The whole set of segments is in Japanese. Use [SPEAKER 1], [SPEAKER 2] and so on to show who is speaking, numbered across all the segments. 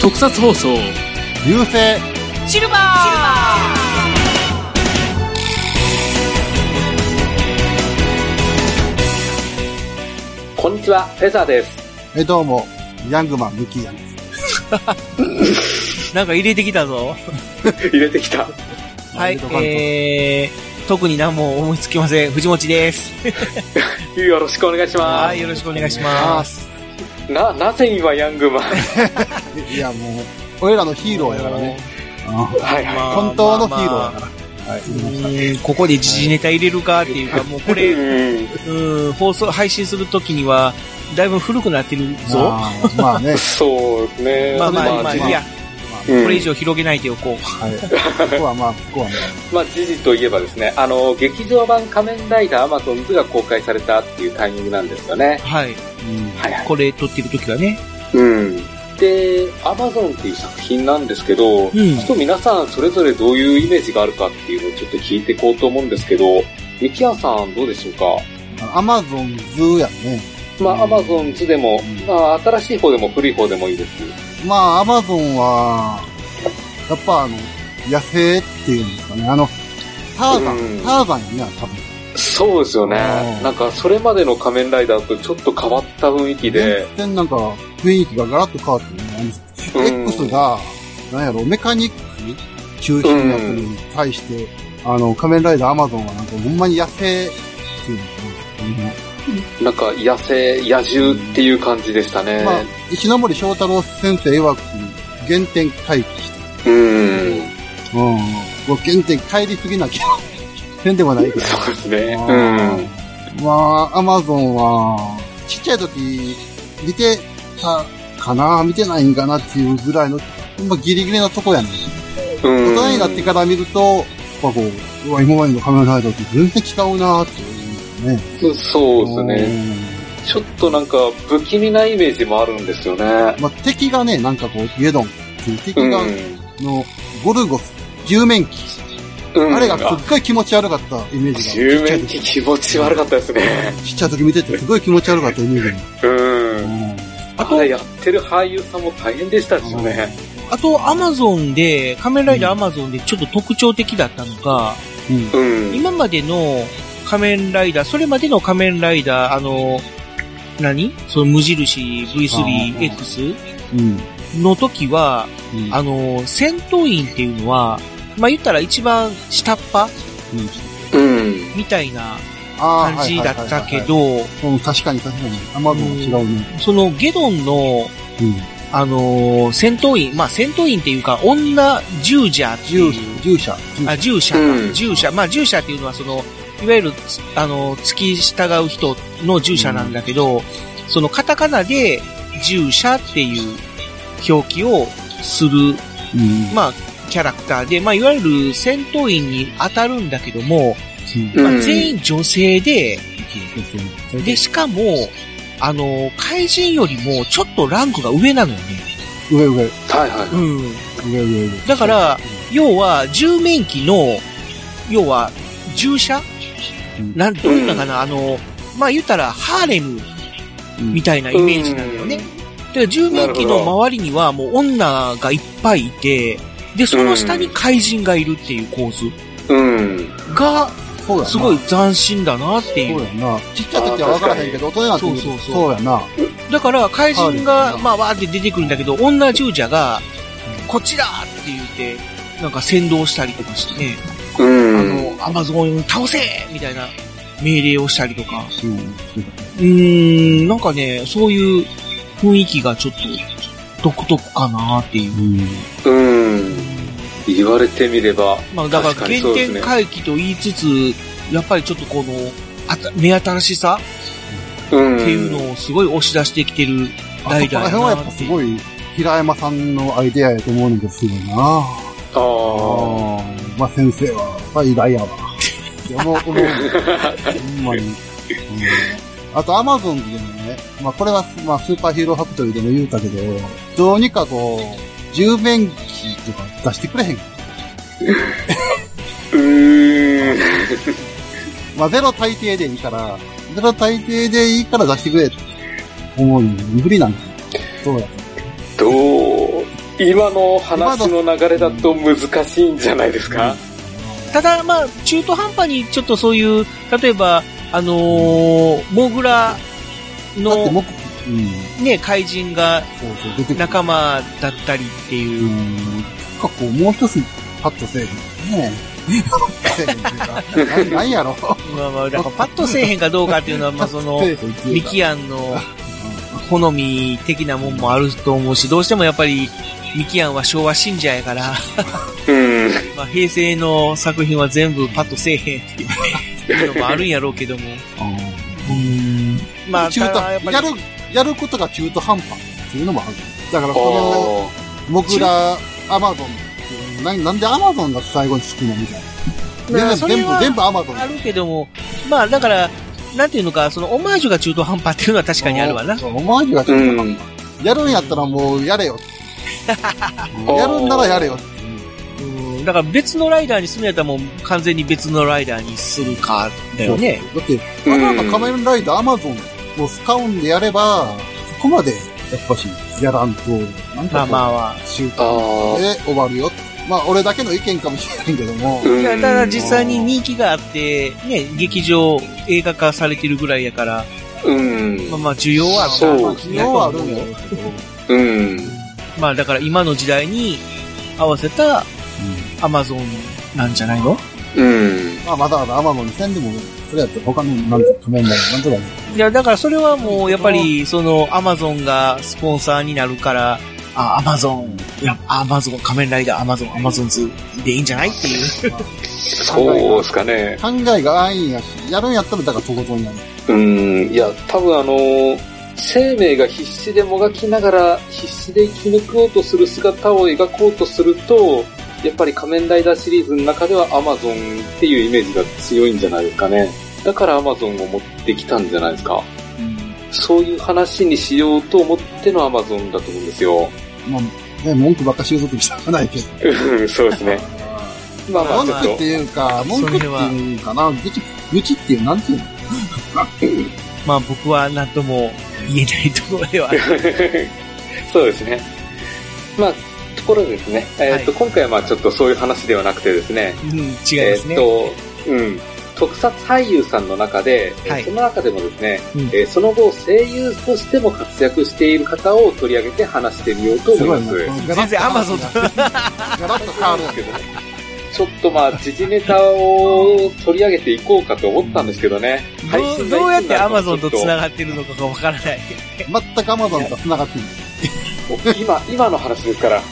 [SPEAKER 1] 特撮放送
[SPEAKER 2] 流星
[SPEAKER 3] シルバーシル
[SPEAKER 4] こんにちは、フェザーです。
[SPEAKER 2] えどうもヤングマンミキヤンです
[SPEAKER 5] なんか入れてきたぞ。
[SPEAKER 4] 入れてきた。
[SPEAKER 5] はい
[SPEAKER 2] ワイルドカ、ルト
[SPEAKER 5] えー、特に何も思いつきません。藤持です。
[SPEAKER 4] よろしくお願いしま
[SPEAKER 5] はい、よろしくお願いします。
[SPEAKER 4] す。な、なぜ今ヤン グマン
[SPEAKER 2] いやもう俺らのヒーローやからねうん
[SPEAKER 4] はい
[SPEAKER 5] まあ
[SPEAKER 4] は
[SPEAKER 2] 本当のヒーローや
[SPEAKER 5] まあ
[SPEAKER 2] からはいう
[SPEAKER 5] ーんここで時事ネタ入れるかっていうか、もうこ
[SPEAKER 4] い。
[SPEAKER 5] れ、う
[SPEAKER 4] うん。
[SPEAKER 5] ーん、放送、配信するときには、だいぶ古くなってるぞ。ま
[SPEAKER 2] まあまあね
[SPEAKER 4] そうね。
[SPEAKER 5] あまあ、まあ、
[SPEAKER 2] まあ
[SPEAKER 5] いや、
[SPEAKER 4] う
[SPEAKER 5] こ
[SPEAKER 4] ん
[SPEAKER 5] れ以上広げないでおこう。
[SPEAKER 2] はいここはまあここはね
[SPEAKER 4] まあ、時事といえばですね、あの、劇場版仮面ライダーアマゾンズが公開されたっていうタイミングなんですよね。
[SPEAKER 5] はい。
[SPEAKER 2] うん
[SPEAKER 4] はいはい。
[SPEAKER 5] これ撮ってるときはね。
[SPEAKER 4] うん。で、アマゾンっていう作品なんですけ
[SPEAKER 5] う
[SPEAKER 4] ど、
[SPEAKER 5] ん
[SPEAKER 4] ちょっと皆さんそれぞれどういうイメージがあるかっていうのをちょっと聞いていこうと思うんですけど、ミキヤさんどうでしょうか
[SPEAKER 2] アマゾンズやね
[SPEAKER 4] まあ、アマゾンズでも、
[SPEAKER 2] うん
[SPEAKER 4] まあ、新しい方でも古い方でもいいです。
[SPEAKER 2] まあ、アマゾンは、やっぱあの、野生っていうんですかね。あの、ターザ
[SPEAKER 4] うん
[SPEAKER 2] ン、ターザンやね、多分。
[SPEAKER 4] そうですよね
[SPEAKER 2] う。ん
[SPEAKER 4] なんか、それまでの仮面ライダーとちょっと変わった雰囲気で、
[SPEAKER 2] 全然なんか、雰囲気がガラッと変わってるね。
[SPEAKER 4] うん
[SPEAKER 2] X が、なんやろ、メカニック中心やったのに対して、あの、仮面ライダーアマゾンはなんか、ほんまに野生っていうんです
[SPEAKER 4] なんか、野生、野獣っていう感じでしたね。
[SPEAKER 2] かね。まあ、石森章太郎先生曰く、原点回帰し
[SPEAKER 4] うん。
[SPEAKER 2] た。うん。もう原点帰りすぎなきゃ、せんでもないけど。
[SPEAKER 4] そうですね。うん。
[SPEAKER 2] うん。まあ、アマゾンは、ちっちゃい時、見てたかな見てないんかなっていうぐらいの、まあ、ギリギリのとこやね。
[SPEAKER 4] うん
[SPEAKER 2] 大人になってから見ると、やっぱこう、うわ今までの仮面ライダーと全然違うなっていうね。
[SPEAKER 4] そうですね。
[SPEAKER 2] ん。
[SPEAKER 4] ちょっとなんか、不気味なイメージもあるんですよね。
[SPEAKER 2] まあ、敵がね、なんかこう、ゲドンっていう敵
[SPEAKER 4] うん
[SPEAKER 2] が、。の、ゴルゴス、十面鬼。
[SPEAKER 4] うん
[SPEAKER 2] あれがすっごい気持ち悪かったイメージ
[SPEAKER 4] 十
[SPEAKER 2] が。
[SPEAKER 4] 面機気持ち悪かったですね。
[SPEAKER 2] ちっちゃい時見ててすごい気持ち悪かったイメージが。
[SPEAKER 4] う。
[SPEAKER 2] うんん。
[SPEAKER 4] あれやってる俳優さんも大変でしたしね。
[SPEAKER 5] あと、アマゾンで、仮面ライダーアマゾンでちょっと特徴的だったのが、
[SPEAKER 2] うん。
[SPEAKER 4] うん。
[SPEAKER 5] 今までの仮面ライダー、それまでの仮面ライダー、あの、何その無印
[SPEAKER 2] あー
[SPEAKER 5] V3X
[SPEAKER 2] うん。
[SPEAKER 5] の時は、
[SPEAKER 2] うん
[SPEAKER 5] あの、戦闘員っていうのは、まあ、言ったら一番下っ端
[SPEAKER 2] うん
[SPEAKER 4] うん。
[SPEAKER 5] みたいな
[SPEAKER 2] あー
[SPEAKER 5] 感じだったけ、ど、
[SPEAKER 2] うん、確かに確かに。アマゾンは違うね。
[SPEAKER 5] そのゲドンの、
[SPEAKER 2] うん。
[SPEAKER 5] あの、戦闘員、まあ、戦闘員っていうか、女従者っていう
[SPEAKER 2] 従者、従者。
[SPEAKER 5] あ、従者
[SPEAKER 4] うん
[SPEAKER 5] か。従者。まあ、従者っていうのは、その、いわゆるつ、あの、付き従う人の従者なんだけど、そのカタカナで、従者っていう表記をする、
[SPEAKER 2] うん。
[SPEAKER 5] まあ、キャラクターで、まあ、いわゆる戦闘員に当たるんだけども、
[SPEAKER 2] うん
[SPEAKER 5] ま
[SPEAKER 4] う
[SPEAKER 5] あ、
[SPEAKER 4] ん
[SPEAKER 5] 全員女性で、で、しかも、あの、怪人よりも、ちょっとランクが上なのよね。
[SPEAKER 2] 上上、上
[SPEAKER 4] はいはい。
[SPEAKER 5] うん。
[SPEAKER 2] 上上上。
[SPEAKER 5] だから、要は、十面機の、要は、従者
[SPEAKER 2] うん
[SPEAKER 5] なん、どんなかな、あの、まあ言ったら、ハーレム
[SPEAKER 2] うん
[SPEAKER 5] みたいなイメージなのよね。で、十面機の周りにはもう女がいっぱいいて、で、その下に怪人がいるっていう構図
[SPEAKER 4] うん。
[SPEAKER 5] が、
[SPEAKER 2] そうやな
[SPEAKER 5] すごい斬新だなってい
[SPEAKER 2] そう
[SPEAKER 5] う。
[SPEAKER 2] やな。ちっちゃい時は分からへんけど、大人になってみる
[SPEAKER 5] そう
[SPEAKER 2] と
[SPEAKER 5] そうそう
[SPEAKER 2] そうやな。
[SPEAKER 5] だから、怪人
[SPEAKER 2] ハーレム
[SPEAKER 5] が、
[SPEAKER 2] な
[SPEAKER 5] まあわーって出てくるんだけど、女従者が、こっちだーって言って、なんか先導したりとかしてね、あ
[SPEAKER 4] うん。
[SPEAKER 5] の、アマゾン倒せーみたいな命令をしたりとか。
[SPEAKER 2] うん。
[SPEAKER 5] うーん、なんかね、そういう雰囲気がちょっと独特かなっていう。
[SPEAKER 4] うん。言われてみれば。
[SPEAKER 5] まあだから
[SPEAKER 4] 確か
[SPEAKER 5] 原
[SPEAKER 4] にそうですね
[SPEAKER 5] 点回帰と言いつつ、やっぱりちょっとこの、あた目新しさ
[SPEAKER 4] うん。
[SPEAKER 5] っていうのをすごい押し出してきてる
[SPEAKER 2] あ
[SPEAKER 5] ラ
[SPEAKER 2] そ
[SPEAKER 5] イ
[SPEAKER 2] こら
[SPEAKER 5] ダー
[SPEAKER 2] 辺は
[SPEAKER 5] や
[SPEAKER 2] やっ
[SPEAKER 5] な
[SPEAKER 2] ぱ
[SPEAKER 5] って
[SPEAKER 2] す
[SPEAKER 5] いう。
[SPEAKER 2] ごい、平山さんのアイデアやと思うねんだけど、すごいな。
[SPEAKER 4] あ
[SPEAKER 2] あーまあ先生は最大やわ。いや、もう、もう、ほんまに。うんあと、アマゾンズでね、まあこれは、まあスーパーヒーローファクトリーでも言うたけど、どうにかこう、十面機とか出してくれへん。
[SPEAKER 4] あ。うーん。
[SPEAKER 2] まあ、ゼロ大抵でいいから、ゼロ大抵でいいから出してくれって思うよね無理なんかなそうだ。
[SPEAKER 4] どう今の話の流れだと難しいんじゃないですか
[SPEAKER 5] ただ、まあ、中途半端にちょっとそういう、例えば、あのーモグラ
[SPEAKER 2] だって
[SPEAKER 5] の
[SPEAKER 2] 僕、うん、
[SPEAKER 5] ね、怪人が
[SPEAKER 2] そうそう、出てくる。
[SPEAKER 5] 仲間だったりって
[SPEAKER 2] う
[SPEAKER 5] いう。
[SPEAKER 2] ん、なんかこう、もう一つパッとせえへん ね。せえへんっていうか、ななんやろ
[SPEAKER 5] まあまあ、だからパッとせえへんかどうかっていうのは、まあその
[SPEAKER 2] せ、 えへんっていう
[SPEAKER 5] ミ
[SPEAKER 2] か
[SPEAKER 5] キアンの好み的なもんもあると思うし、どうしてもやっぱり、ミキアンは昭和信者やから、
[SPEAKER 4] うん。
[SPEAKER 5] まあ、平成の作品は全部パッとせえへんっていうのもあるんやろうけども。うん。まあ、
[SPEAKER 2] 中
[SPEAKER 5] た
[SPEAKER 2] 途
[SPEAKER 5] だやっぱ
[SPEAKER 2] やる
[SPEAKER 5] り、、
[SPEAKER 2] やることが中途半端っていうのもある。だから、
[SPEAKER 4] あ
[SPEAKER 2] この、
[SPEAKER 4] ー
[SPEAKER 2] 僕ら、アマゾンっていうな、なんでアマゾンが最後につくのみたい
[SPEAKER 5] ま
[SPEAKER 2] な。
[SPEAKER 5] あ
[SPEAKER 2] 全部、
[SPEAKER 5] それ
[SPEAKER 2] 全
[SPEAKER 5] は
[SPEAKER 2] 部、全部アマゾン。
[SPEAKER 5] あるけども、まあだから、なんていうのか、そのオマージュが中途半端っていうのは確かにあるわな。
[SPEAKER 2] そうお前がちょっと
[SPEAKER 4] うん。
[SPEAKER 2] やるんやったらもうやれよ。やるんならやれよ。
[SPEAKER 5] うんだから別のライダーにするんやったらもう完全に別のライダーにするか、だよね。
[SPEAKER 2] だって、
[SPEAKER 4] う
[SPEAKER 2] あ
[SPEAKER 4] ん
[SPEAKER 2] なた仮面ライダーアマゾンを使うんでやれば、そこまで、やっぱし、やらんと、なん
[SPEAKER 5] まあ
[SPEAKER 2] か
[SPEAKER 5] ま
[SPEAKER 2] こ
[SPEAKER 5] あまあ。
[SPEAKER 2] う、習
[SPEAKER 4] あ
[SPEAKER 2] 慣で終わるよ。まあ、俺だけの意見かもしれないけども、
[SPEAKER 4] ー。
[SPEAKER 5] いや、ただ実際に
[SPEAKER 4] に、
[SPEAKER 5] 人気があって、ね、劇場映画化されてるぐらいやから、
[SPEAKER 4] うん
[SPEAKER 5] まあ。まあ需要はある
[SPEAKER 4] そう
[SPEAKER 2] 需要はあるんだろうけど、
[SPEAKER 4] うん。
[SPEAKER 5] まあだから今の時代に合わせたアマゾンなんじゃないの
[SPEAKER 4] うん。
[SPEAKER 2] まあ、まだまだアマゾンにせんでも、それやって他の、なんとか仮面ライダー、なんとか
[SPEAKER 5] いや、だからそれはもうやっぱりそのアマゾンがスポンサーになるから、あ、アマゾン、いや、アマゾン、仮面ライダー、アマゾン、アマゾンズでいいんじゃないっていう。
[SPEAKER 4] そうですかね。
[SPEAKER 2] 考えが安易やし、やるんやったら、だからとことんやる。
[SPEAKER 4] うん、いや、多分あのー生命が必死でもがきながら、必死で生き抜こうとする姿を描こうとすると、やっぱり仮面ライダーシリーズの中ではアマゾンっていうイメージが強いんじゃないですかね。だからアマゾンを持ってきたんじゃないですか。そういう話にしようと思ってのアマゾンだと思うんですよ。
[SPEAKER 2] まあ、ね、文句ばっかし言うことじゃないけど。
[SPEAKER 4] うん、そうですね。 まあまあ、
[SPEAKER 2] 文
[SPEAKER 4] ちょっ
[SPEAKER 2] 句っていうか、文句っていうかな、愚痴、愚痴っていう、なんていうの
[SPEAKER 5] まあ僕は何とも言えないところではある。
[SPEAKER 4] と。そうですね。まあ、ところでですね、えーっと、今回はまあちょっとそういう話ではなくてですね、
[SPEAKER 5] うん、違いますね。
[SPEAKER 4] えーっと、うん。特撮俳優さんの中で、えー
[SPEAKER 5] はい
[SPEAKER 4] その中でもですね、
[SPEAKER 5] うん
[SPEAKER 4] えーその後声優としても活躍している方を取り上げて話してみようと思います。
[SPEAKER 5] 全然アマゾンと。
[SPEAKER 2] ガラッと変わるんですけど。
[SPEAKER 4] ちょっとまあ、時事ネタを取り上げていこうかと思ったんですけどね。配
[SPEAKER 5] どう
[SPEAKER 4] 信が
[SPEAKER 5] どうやっ
[SPEAKER 4] いつに
[SPEAKER 5] て
[SPEAKER 4] な
[SPEAKER 5] ア
[SPEAKER 4] るか
[SPEAKER 5] マ
[SPEAKER 4] は
[SPEAKER 5] ゾンと
[SPEAKER 4] ちょっ
[SPEAKER 5] 繋がってるのかがわからない。
[SPEAKER 2] 全くアマゾンとは繋がってない。
[SPEAKER 4] 今、今の話ですから。
[SPEAKER 5] は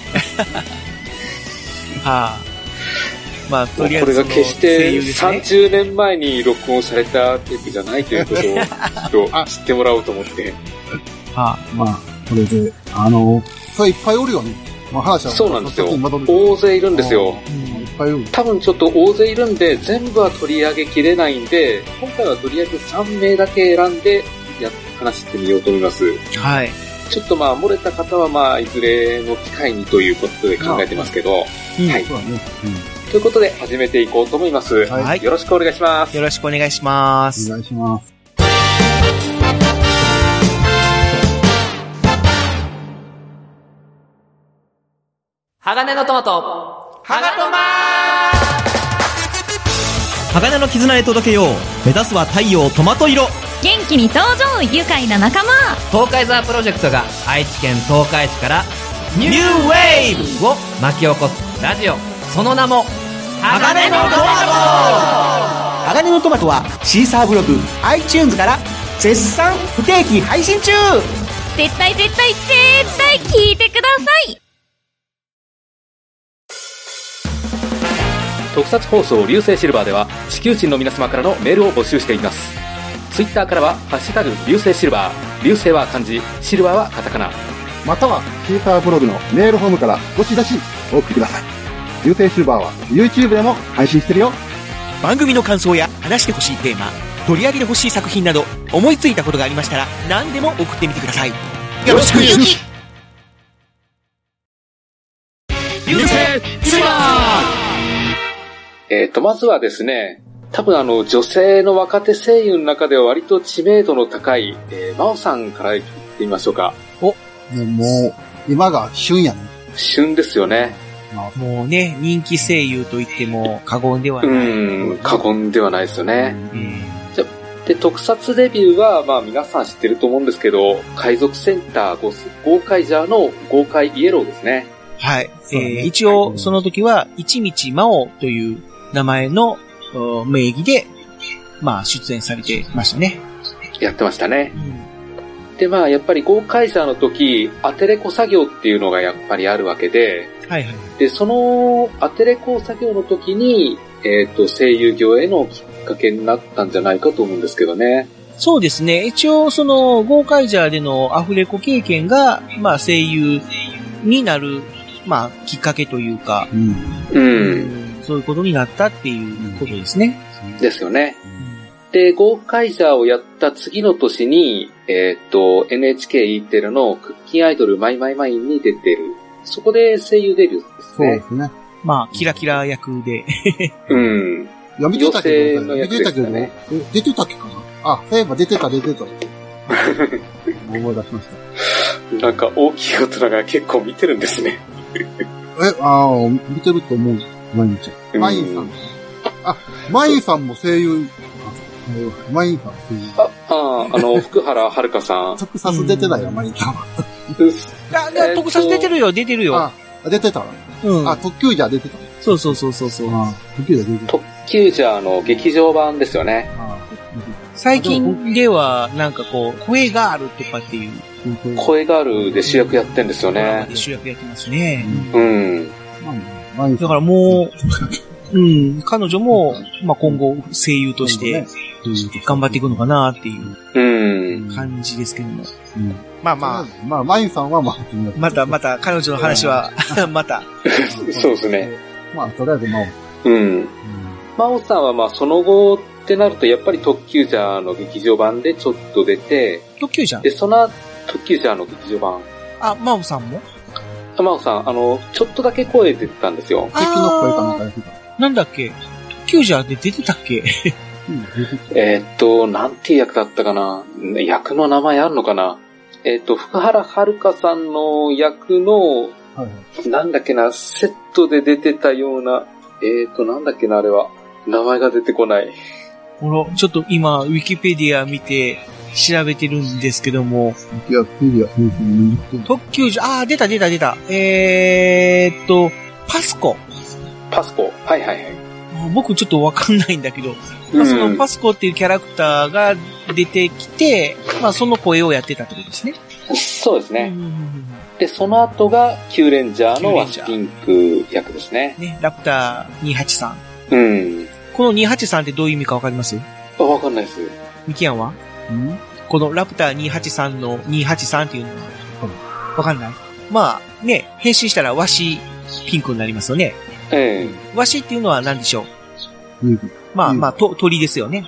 [SPEAKER 5] あ、まあ、
[SPEAKER 4] こと
[SPEAKER 5] りあえ
[SPEAKER 4] れ
[SPEAKER 5] ずそ
[SPEAKER 4] が
[SPEAKER 5] の
[SPEAKER 4] 決して
[SPEAKER 5] 声優ですね。
[SPEAKER 4] 30年前に録音されたテープじゃないということを、ちょっと知ってもらおうと 思って。
[SPEAKER 5] はあ、
[SPEAKER 2] まあ、これで、あの、それいっぱいおるよね。まあ話は、
[SPEAKER 4] そうなんですよ
[SPEAKER 2] ちょっと戻るけど
[SPEAKER 4] 大勢いるんですよ。
[SPEAKER 5] うん
[SPEAKER 2] いっぱいおる。
[SPEAKER 4] 多分ちょっと大勢いるんで、全部は取り上げきれないんで、今回はとりあえず3名だけ選んで、や、話してみようと思います。
[SPEAKER 5] はい。
[SPEAKER 4] ちょっとまあ、漏れた方はまあ、いずれの機会にということで考えてますけど、
[SPEAKER 5] うん
[SPEAKER 4] はい。
[SPEAKER 2] そうだね。
[SPEAKER 4] ということで、始めていこうと思います。
[SPEAKER 2] うん。
[SPEAKER 5] は
[SPEAKER 2] はいい。
[SPEAKER 4] よろしくお願いします。
[SPEAKER 5] よろしくお願いします
[SPEAKER 2] お。願いします。
[SPEAKER 3] 鋼のトマト。ハガトマ
[SPEAKER 6] 鋼の絆へ届けよう目指すは太陽トマト色
[SPEAKER 7] 元気に登場愉快な仲間
[SPEAKER 3] 東海ザープロジェクトが愛知県東海市からニューウェーブを巻き起こすラジオ。その名も、鋼のトマ
[SPEAKER 8] 鋼のトマトはシーサーブログ iTunes から絶賛不定期配信中
[SPEAKER 7] 絶対絶対絶対聞いてください
[SPEAKER 4] 特撮放送流星シルバーでは地球人の皆様からのメールを募集していますツイッターからは「ハッシュタグ流星シルバー」流星は漢字シルバーはカタカナ
[SPEAKER 9] またはシーサーブログのメールフォームからどしどしお送りください。流星シルバーは YouTube でも配信してるよ。
[SPEAKER 6] 番組の感想や話してほしいテーマ取り上げてほしい作品など思いついたことがありましたら何でも送ってみてくださいよろしくゆき
[SPEAKER 4] 流星シルバーえっ、と、まずはですね、多分あの、女性の若手声優の中では割と知名度の高い、えー、真央さんから言ってみましょうか。
[SPEAKER 2] ねもう、今が旬やね。
[SPEAKER 4] 旬ですよね。
[SPEAKER 5] もうね、人気声優と言っても過言では
[SPEAKER 4] う
[SPEAKER 5] ない。
[SPEAKER 4] ん、過言ではないですよね。
[SPEAKER 5] うん
[SPEAKER 4] で、特撮デビューは、まあ皆さん知ってると思うんですけど、海賊センターゴスゴーカイジャーのゴーカイイエローですね。
[SPEAKER 5] はい。
[SPEAKER 2] そうだね
[SPEAKER 5] えー一応、その時は、一日真央という名前のお名義で、まあ、出演されてましたね。
[SPEAKER 4] やってましたね。で、まあやっぱりゴーカイジャーの時、アテレコ作業っていうのがやっぱりあるわけで、
[SPEAKER 5] はいはい。
[SPEAKER 4] で、そのアテレコ作業の時に、えっ、と、声優業へのきっかけになったんじゃないかと思うんですけどね。
[SPEAKER 5] そうですね。一応、その、ゴーカイジャーでのアフレコ経験が、まあ、声優になる、まあ、きっかけというか、
[SPEAKER 2] うん。
[SPEAKER 4] うん。
[SPEAKER 5] そういうことになったっていうことですね。
[SPEAKER 4] ですよね。で、ゴーカイジャーをやった次の年に、えーっと、NHKE テレのクッキンアイドルマイマイマインに出てる。そこで声優デビューです
[SPEAKER 2] そうで
[SPEAKER 4] ね。
[SPEAKER 2] すね。
[SPEAKER 5] まあ、キラキラ役で。
[SPEAKER 4] うん。
[SPEAKER 2] いや、見てたけ
[SPEAKER 4] 女性
[SPEAKER 2] ど、
[SPEAKER 4] の
[SPEAKER 2] 見
[SPEAKER 4] やつ
[SPEAKER 2] て
[SPEAKER 4] で
[SPEAKER 2] たけ
[SPEAKER 4] す
[SPEAKER 2] ど、
[SPEAKER 4] ね
[SPEAKER 2] え出てたっけかなあ、そういえば出てた、出 てた。思い出しまし
[SPEAKER 4] なんか大きい大人が結構見てるんですね。
[SPEAKER 2] た。え、ああ、見てると思う、マインちゃん。マインさん。あ、マインさんも声優。あマインさんも声優。
[SPEAKER 4] あ、あー、あの、福原遥さ
[SPEAKER 2] 特撮出てないよ、マインさんは。
[SPEAKER 4] ん。うっす
[SPEAKER 5] あ、
[SPEAKER 4] えー
[SPEAKER 5] で
[SPEAKER 4] っと
[SPEAKER 5] 特撮出てるよ、出てるよ。
[SPEAKER 2] あ、出てたわ。
[SPEAKER 5] うん。
[SPEAKER 2] あ、特急じゃ出てた。
[SPEAKER 5] そうそうそうそうそう。
[SPEAKER 2] あ特急じゃ出てた。
[SPEAKER 4] 特急ジャーの劇場版ですよね。
[SPEAKER 2] あ
[SPEAKER 5] 最近では、なんかこう、声があるとかっていう
[SPEAKER 2] 本当に
[SPEAKER 4] 声ガールで主役やってんですよ
[SPEAKER 5] ドラマ
[SPEAKER 4] ね
[SPEAKER 5] で。主役やってますね。
[SPEAKER 4] うん。
[SPEAKER 2] なんだマインさ
[SPEAKER 5] だ
[SPEAKER 2] ん
[SPEAKER 5] からもう、うん、彼女も、まあ、今後声優として頑張っていくのかなっていう
[SPEAKER 4] うん。
[SPEAKER 5] 感じですけども。
[SPEAKER 2] うん
[SPEAKER 5] まあ
[SPEAKER 2] ま
[SPEAKER 5] ま
[SPEAKER 2] あ、まあ、マインさんはまあ、気になる
[SPEAKER 5] あ、またまた彼女の話は、 また。
[SPEAKER 4] そうですね。
[SPEAKER 2] まあ、とりあえず、まあ、
[SPEAKER 4] うん。
[SPEAKER 2] う
[SPEAKER 4] 真央さんはまあその後ってなるとやっぱり特急ジャーの劇場版でちょっと出て、
[SPEAKER 5] 特急じゃん
[SPEAKER 4] で、。その後特急ジャーの劇場版、
[SPEAKER 5] あ、真央さんも
[SPEAKER 4] 真央さん、あの、ちょっとだけ声出てたんですよ。
[SPEAKER 2] 敵の声かなんかやってた。
[SPEAKER 5] なんだっけ特急じゃんって出てたっけ
[SPEAKER 2] うん、出て
[SPEAKER 4] えーっと、なんていう役だったかな役の名前あるのかなえーっと、福原遥さんの役の、
[SPEAKER 2] たはいはい。
[SPEAKER 4] なんだっけな、セットで出てたような、えーっと、なんだっけな、あれは。名前が出てこない。
[SPEAKER 5] ほら、ちょっと今、ウィキペディア見て調べてるんですけども、
[SPEAKER 2] いや、フィギュア、フィギュア、
[SPEAKER 5] 特急じゃ、あー、出た出た出た。えーっと、パスコ。
[SPEAKER 4] パスコ。はいはいはい。
[SPEAKER 5] あ僕ちょっとわかんないんだけど、まあ、そのパスコっていうキャラクターが出てきて、まあその声をやってたってことですね。
[SPEAKER 4] そうです
[SPEAKER 5] う
[SPEAKER 4] ね。
[SPEAKER 5] ん
[SPEAKER 4] で、その後が、キューレンジャーの
[SPEAKER 5] キューレ
[SPEAKER 4] ワ
[SPEAKER 5] ンジ
[SPEAKER 4] シ
[SPEAKER 5] ャー
[SPEAKER 4] ピンク役ですね。
[SPEAKER 5] ね、ラプター283。
[SPEAKER 4] うん。
[SPEAKER 5] この283ってどういう意味かわかります
[SPEAKER 4] あ、わかんないです。
[SPEAKER 5] ミキアンは
[SPEAKER 2] うん
[SPEAKER 5] このラプター283の283っていうのは、わかんないまあね、変身したらワシピンクになりますよね。
[SPEAKER 4] え
[SPEAKER 5] ワシっていうのは何でしょう
[SPEAKER 2] フィギュ
[SPEAKER 5] まあ
[SPEAKER 2] うん
[SPEAKER 5] まあ、と鳥ですよね。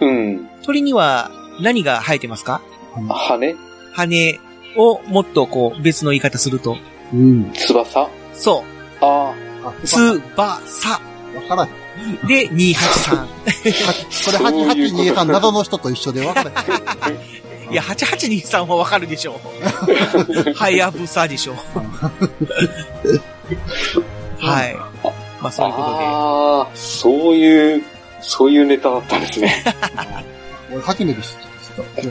[SPEAKER 4] えうん。
[SPEAKER 5] 鳥には何が生えてますか
[SPEAKER 4] 羽
[SPEAKER 5] 羽をもっとこう別の言い方すると。
[SPEAKER 2] ア。うん。
[SPEAKER 4] 翼
[SPEAKER 5] そ
[SPEAKER 4] あ
[SPEAKER 2] あ、
[SPEAKER 5] う。
[SPEAKER 2] そう
[SPEAKER 5] つばさ
[SPEAKER 2] かわからへん。こ
[SPEAKER 5] で283。
[SPEAKER 2] れ、
[SPEAKER 4] そういうこと
[SPEAKER 2] 8、8、23、謎の人と一緒でわからへん。
[SPEAKER 5] いや、8823はわかるでしょう。はやぶさでしょう。はい。まあ、そういうことで。
[SPEAKER 4] ああ、そういう、そういうネタだったんです ね。
[SPEAKER 2] 俺、初めて知っ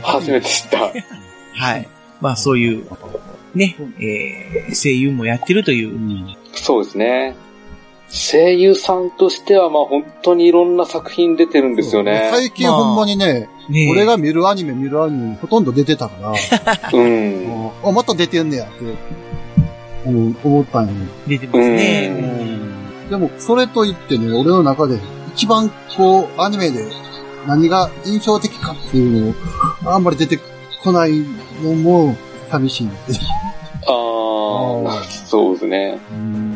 [SPEAKER 2] た。
[SPEAKER 4] 初めて知った。
[SPEAKER 5] はい。まあ、そういう、ね、えー、声優もやってるというう。
[SPEAKER 2] ん。
[SPEAKER 4] そうですね。声優さんとしては、まあ本当にいろんな作品出てるんですよね。
[SPEAKER 2] 最近ほんまにね、
[SPEAKER 5] ね
[SPEAKER 2] 俺が見るアニメ見るアニメほとんど出てたから、
[SPEAKER 4] うん。
[SPEAKER 2] もうあ、また出てんねやって、うん思ったんやね。
[SPEAKER 5] 出てます
[SPEAKER 4] う
[SPEAKER 5] ね。
[SPEAKER 2] でも、それといってね、俺の中で一番こう、アニメで何が印象的かっていうのを、あんまり出てこないのも寂しいんです。
[SPEAKER 4] ああ、そうですね。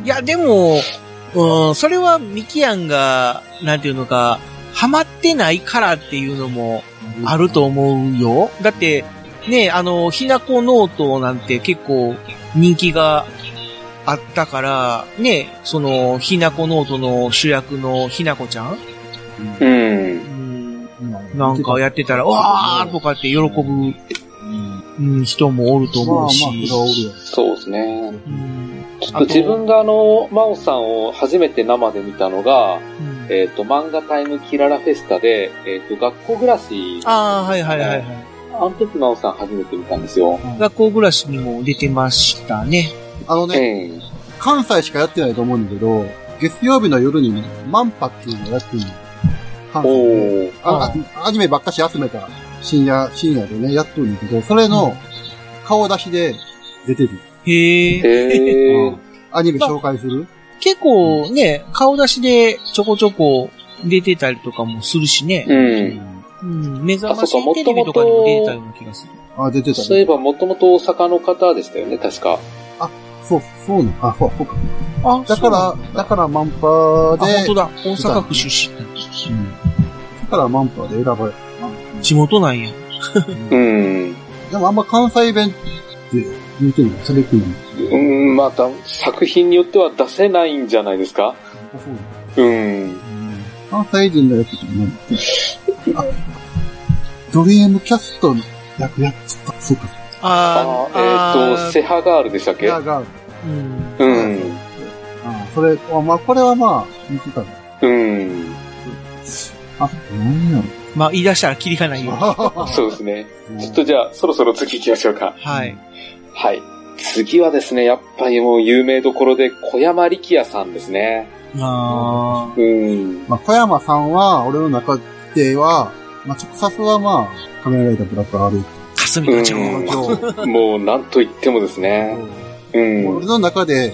[SPEAKER 5] いや、でも、うん、それはミキアンが、なんていうのか、ハマってないからっていうのもあると思うよ。だって、ね、あの、ひなこノートなんて結構人気があったから、ね、その、ひなこノートの主役のひなこちゃん
[SPEAKER 4] うん。
[SPEAKER 5] なんかやってたら、わーとかって喜ぶ、うん、人もおると思うし。
[SPEAKER 2] まあまあ、それはおるよ。
[SPEAKER 4] そうですね。
[SPEAKER 5] うん
[SPEAKER 4] ちょっと自分があの、真央さんを初めて生で見たのが、
[SPEAKER 5] うん
[SPEAKER 4] えっ、と、漫画タイムキララフェスタで、えっ、と、学校暮らし、
[SPEAKER 5] あ
[SPEAKER 4] あ
[SPEAKER 5] あ、はいはいはいはい。
[SPEAKER 4] の時真央さん初めて見たんですよ。
[SPEAKER 5] 学校暮らしにも出てましたね。
[SPEAKER 2] あのね、
[SPEAKER 4] ええ
[SPEAKER 2] 関西しかやってないと思うんだけど、月曜日の夜にね、マンパっていうのをやってるの。関
[SPEAKER 4] お
[SPEAKER 2] 西で。
[SPEAKER 4] ー。
[SPEAKER 2] あ、あアニメばっかし集めた深夜、深夜でね、やっとるんだけど、それの顔出しで出てる。
[SPEAKER 5] へえ。
[SPEAKER 4] へえ
[SPEAKER 2] うんアニメ紹介する
[SPEAKER 5] 結構ね、顔出しでちょこちょこ出てたりとかもするしね。
[SPEAKER 4] うん。
[SPEAKER 5] うん。目覚ましいテレビとかにも出てたような気がする。
[SPEAKER 2] あ、出てた、
[SPEAKER 4] そういえ
[SPEAKER 2] ね。
[SPEAKER 4] ば、もともと大阪の方でしたよね、確か。
[SPEAKER 2] そう、そうね。あ、そう、そうか。
[SPEAKER 5] あ
[SPEAKER 2] だから、だからマンパ
[SPEAKER 5] あ、本
[SPEAKER 2] で、
[SPEAKER 5] 当だ。大阪府出身。
[SPEAKER 2] うんだからマンパで選ばれ
[SPEAKER 5] 地元なんや。
[SPEAKER 4] うん。
[SPEAKER 2] でもあんま関西弁って言ってるのそれっていうの
[SPEAKER 4] うん、また、作品によっては出せないんじゃないですかうん。
[SPEAKER 2] 関西人のやつって何あ、ドリームキャストの役やつとそうか。
[SPEAKER 5] あ
[SPEAKER 4] あえっ、と、セハガールでしたっけ
[SPEAKER 2] が、が、
[SPEAKER 5] と、うん。
[SPEAKER 4] うん。
[SPEAKER 2] あそれ、あまあ、これはまあ、見てたね。
[SPEAKER 4] うん。
[SPEAKER 2] あ、何や
[SPEAKER 5] まあ、言い出したらキリがないよ。は
[SPEAKER 2] ろ。
[SPEAKER 4] そうですね。
[SPEAKER 2] うん
[SPEAKER 4] ちょっとじゃあ、そろそろ次行きましょうか。
[SPEAKER 5] い。
[SPEAKER 4] はい。次はですね、やっぱりもう有名どころで、小山力也さんですね。
[SPEAKER 5] あ
[SPEAKER 4] うん。
[SPEAKER 2] まあ、小山さんは、俺の中では、まあ、直殺はまあ、仮面ライダーブラックアル
[SPEAKER 6] 霞
[SPEAKER 4] う
[SPEAKER 6] の城
[SPEAKER 4] ん。
[SPEAKER 2] 今日
[SPEAKER 4] もう、なんと言ってもですね。うん
[SPEAKER 2] 俺。の中で、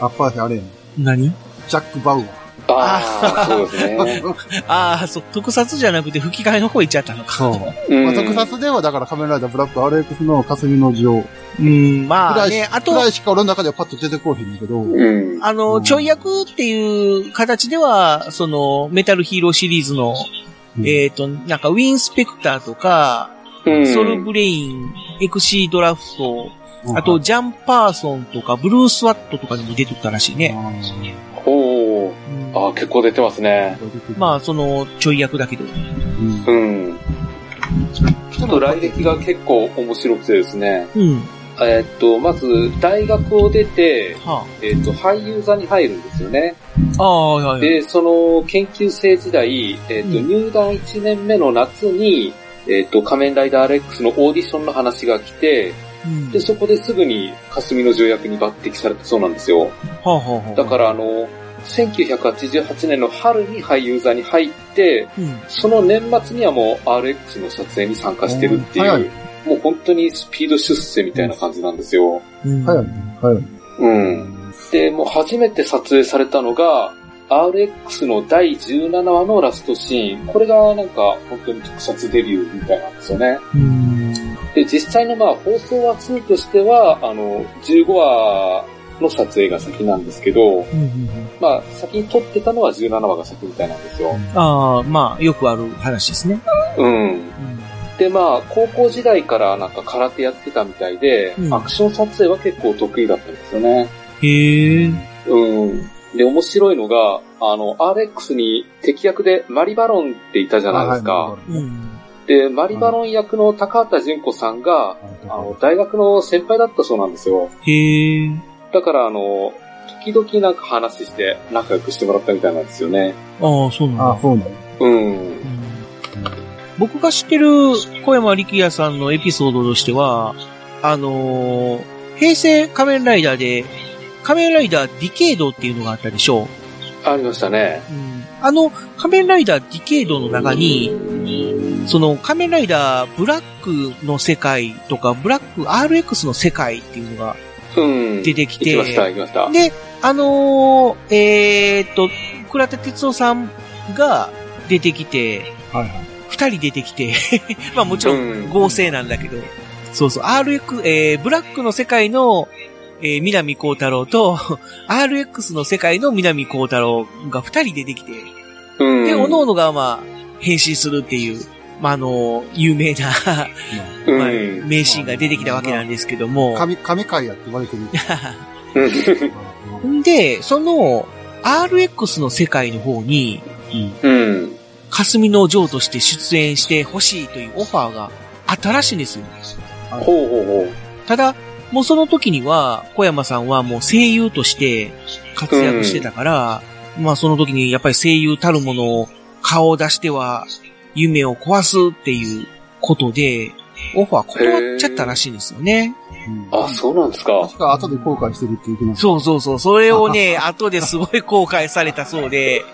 [SPEAKER 2] やっぱりあれやね、
[SPEAKER 5] ー何
[SPEAKER 2] ジャック・バウアー。
[SPEAKER 4] ああ、そうです ね。
[SPEAKER 5] ああ、そう、特撮じゃなくて吹き替えの方行っちゃったのか。
[SPEAKER 4] うん
[SPEAKER 2] まあ、特撮ではだから仮面ライダーブラック RX の霞の女王。
[SPEAKER 5] うん、ま
[SPEAKER 2] ぐら
[SPEAKER 5] あ
[SPEAKER 2] いし
[SPEAKER 5] ね、あ
[SPEAKER 2] く
[SPEAKER 5] と
[SPEAKER 2] ら、いしか俺の中ではパッと出てこうへんねんけど。
[SPEAKER 4] うん。
[SPEAKER 5] あ
[SPEAKER 2] う
[SPEAKER 5] の、
[SPEAKER 2] ん
[SPEAKER 5] ちょい役っていう形では、その、メタルヒーローシリーズの、
[SPEAKER 2] うん
[SPEAKER 5] えっ、と、なんか、ウィンスペクターとか、
[SPEAKER 4] うん
[SPEAKER 5] ソルブレイン、エクシードラフト、あ
[SPEAKER 2] う
[SPEAKER 5] と、
[SPEAKER 2] ん、
[SPEAKER 5] ジャンパーソンとか、ブルースワットとかにも出てたらしいね。
[SPEAKER 4] ほう。ああ、結構出てますね。
[SPEAKER 5] まあ、その、ちょい役だけど。
[SPEAKER 2] うん
[SPEAKER 4] うん。ちょっと来歴が結構面白くてですね。
[SPEAKER 5] うん。
[SPEAKER 4] えーっと、まず、大学を出て、
[SPEAKER 5] は
[SPEAKER 4] えーっと、俳優座に入るんですよね。
[SPEAKER 5] あ。ああ、はいはい。
[SPEAKER 4] で、その、研究生時代、えーっと、
[SPEAKER 5] うん
[SPEAKER 4] 入団1年目の夏に、えーっと、仮面ライダーアレックスのオーディションの話が来て、
[SPEAKER 5] うん
[SPEAKER 4] で、そこですぐに霞の条約に抜擢されたそうなんですよ。
[SPEAKER 5] はあ、はあ、はあ。
[SPEAKER 4] だから、あの、1988年の春に俳優座に入って、
[SPEAKER 5] うん。
[SPEAKER 4] その年末にはもう RX の撮影に参加してるって
[SPEAKER 2] うん
[SPEAKER 4] い
[SPEAKER 2] 早
[SPEAKER 4] う、もう本当にスピード出世みたいな感じなんですよ。
[SPEAKER 5] うん。
[SPEAKER 2] はいはい。
[SPEAKER 4] うん。で、もう初めて撮影されたのが、RX の第17話のラストシーン。これがなんか本当に特撮デビューみたいなんですよね。
[SPEAKER 5] うん。
[SPEAKER 4] で、実際のまあ放送話数としては、あの、15話の撮影が先なんですけど、
[SPEAKER 5] うんうん
[SPEAKER 4] まあ先に撮ってたのは17話が先みたいなんですよ。
[SPEAKER 5] ああ、まあ、よくある話ですね。
[SPEAKER 4] うん。
[SPEAKER 5] うん。
[SPEAKER 4] で、まあ、高校時代からなんか空手やってたみたいで、
[SPEAKER 5] うん
[SPEAKER 4] アクション撮影は結構得意だったんですよね。
[SPEAKER 5] へえ。
[SPEAKER 4] うん。で、面白いのが、あの、RX に敵役でマリバロンっていたじゃないですか。
[SPEAKER 2] はいうはい
[SPEAKER 5] ん。
[SPEAKER 4] で、マリバロン役の高畑淳子さんが、あの、大学の先輩だったそうなんですよ。
[SPEAKER 5] へえ。
[SPEAKER 4] だから、あの、時々なんか話して仲良くしてもらったみたいなんですよね。
[SPEAKER 5] ああ、そうなんだ。
[SPEAKER 2] あ、そうなの。
[SPEAKER 4] うん
[SPEAKER 5] う。ん僕が知ってる小山力也さんのエピソードとしては、あのー平成仮面ライダーで、仮面ライダーディケードっていうのがあったでしょ
[SPEAKER 4] ありましたね。
[SPEAKER 5] う。あの、仮面ライダーディケードの中に、その仮面ライダーブラックの世界とか、ブラック RX の世界っていうのが
[SPEAKER 4] うん。
[SPEAKER 5] 出てきて、
[SPEAKER 4] 行きました、行きました。
[SPEAKER 5] で、あのーえーっと、倉田哲夫さんが出てきて、
[SPEAKER 2] はいはい。
[SPEAKER 5] 二人出てきて、 まあもちろ
[SPEAKER 4] うん
[SPEAKER 5] ん合成なんだけど、そうそう、RX、えー、ブラックの世界の、えー、南光太郎と、RX の世界の南光太郎が二人出てきて、
[SPEAKER 4] うん。
[SPEAKER 5] で、おののがまあ、変身するっていう、まああの、有名な、
[SPEAKER 4] う
[SPEAKER 5] まあ
[SPEAKER 4] ん。
[SPEAKER 5] 名シーンが出てきたわけなんですけども、
[SPEAKER 2] 神、神会やって言われてる。
[SPEAKER 5] ん で、その、RX の世界の方に、
[SPEAKER 4] うん。
[SPEAKER 5] 霞の城として出演してほしいというオファーがあったらしいんですよ。
[SPEAKER 4] ほうほうほう。
[SPEAKER 5] ただ、もうその時には、小山さんはもう声優として活躍してたから、まあその時にやっぱり声優たるものを顔を出しては夢を壊すっていうことで、オファー断っちゃったらしいんですよね。
[SPEAKER 4] あ、そうなんですか。
[SPEAKER 2] 確か後で後悔してるって言ってました。
[SPEAKER 5] そうそうそう。それを ね、後ですごい後悔されたそうで、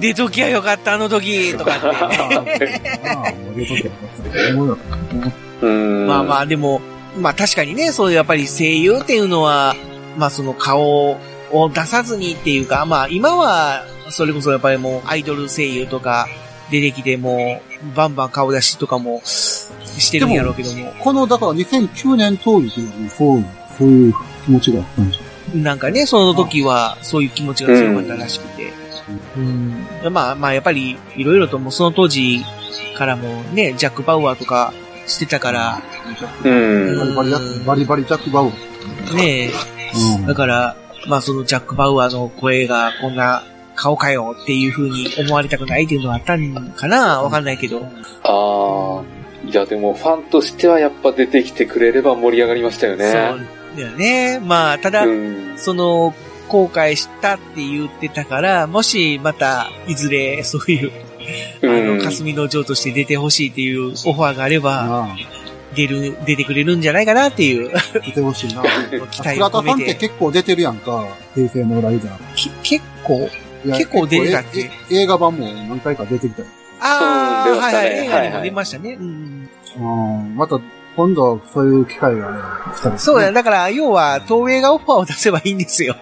[SPEAKER 5] 出ときはよかった、あの時、とかって。
[SPEAKER 2] ああ、もう出とけ。思うよ
[SPEAKER 4] うん。
[SPEAKER 5] まあまあ、でも、まあ確かにね、そういうやっぱり声優っていうのは、まあその顔を出さずにっていうか、まあ今は、それこそやっぱりもうアイドル声優とか出てきてもう、バンバン顔出しとかもしてるんやろうけども、
[SPEAKER 2] この、だから2009年当時というのはそう、そういう気持ちがあったんですよ。
[SPEAKER 5] なんかね、その時はそういう気持ちが強かったらしくて。うん。まあまあやっぱり、いろいろともうその当時からもね、ジャック・バウアーとかしてたから、
[SPEAKER 4] うん。
[SPEAKER 2] バリバリジャック、バリバリジャックバウアー。
[SPEAKER 5] ねえ、だから、まあそのジャック・バウアーの声がこんな顔かよっていう風に思われたくないっていうのはあったんかなわかんないけど。
[SPEAKER 4] ああ。いや、でも、ファンとしてはやっぱ出てきてくれれば盛り上がりましたよ
[SPEAKER 5] そう
[SPEAKER 4] ね。
[SPEAKER 5] だよね。まあ、ただ、
[SPEAKER 4] うん。
[SPEAKER 5] その、後悔したって言ってたから、もしまた、いずれそういう、あ
[SPEAKER 4] うん
[SPEAKER 5] の、。霞の城として出てほしいっていうオファーがあれば、
[SPEAKER 2] あ
[SPEAKER 5] 出る、出てくれるんじゃないかなっていう
[SPEAKER 2] あ、出てほしいな。
[SPEAKER 5] 期待
[SPEAKER 2] 倉
[SPEAKER 5] を
[SPEAKER 2] 田さ
[SPEAKER 5] 込
[SPEAKER 2] んって
[SPEAKER 5] めて。
[SPEAKER 2] 結構出てるやんか、平成のライダー。
[SPEAKER 5] き結構
[SPEAKER 2] いや
[SPEAKER 5] 結構出てたっけ
[SPEAKER 2] 結構ええ映画版も何回か出てきたよ。
[SPEAKER 5] ああ、はいはい、映画に
[SPEAKER 4] そう出ましたねはいは
[SPEAKER 5] も
[SPEAKER 4] い
[SPEAKER 5] 出ましたね。うん
[SPEAKER 2] うん。また、今度はそういう機会がね、来たら
[SPEAKER 5] そうや、だから、要は、東映がオファーを出せばいいんですよ。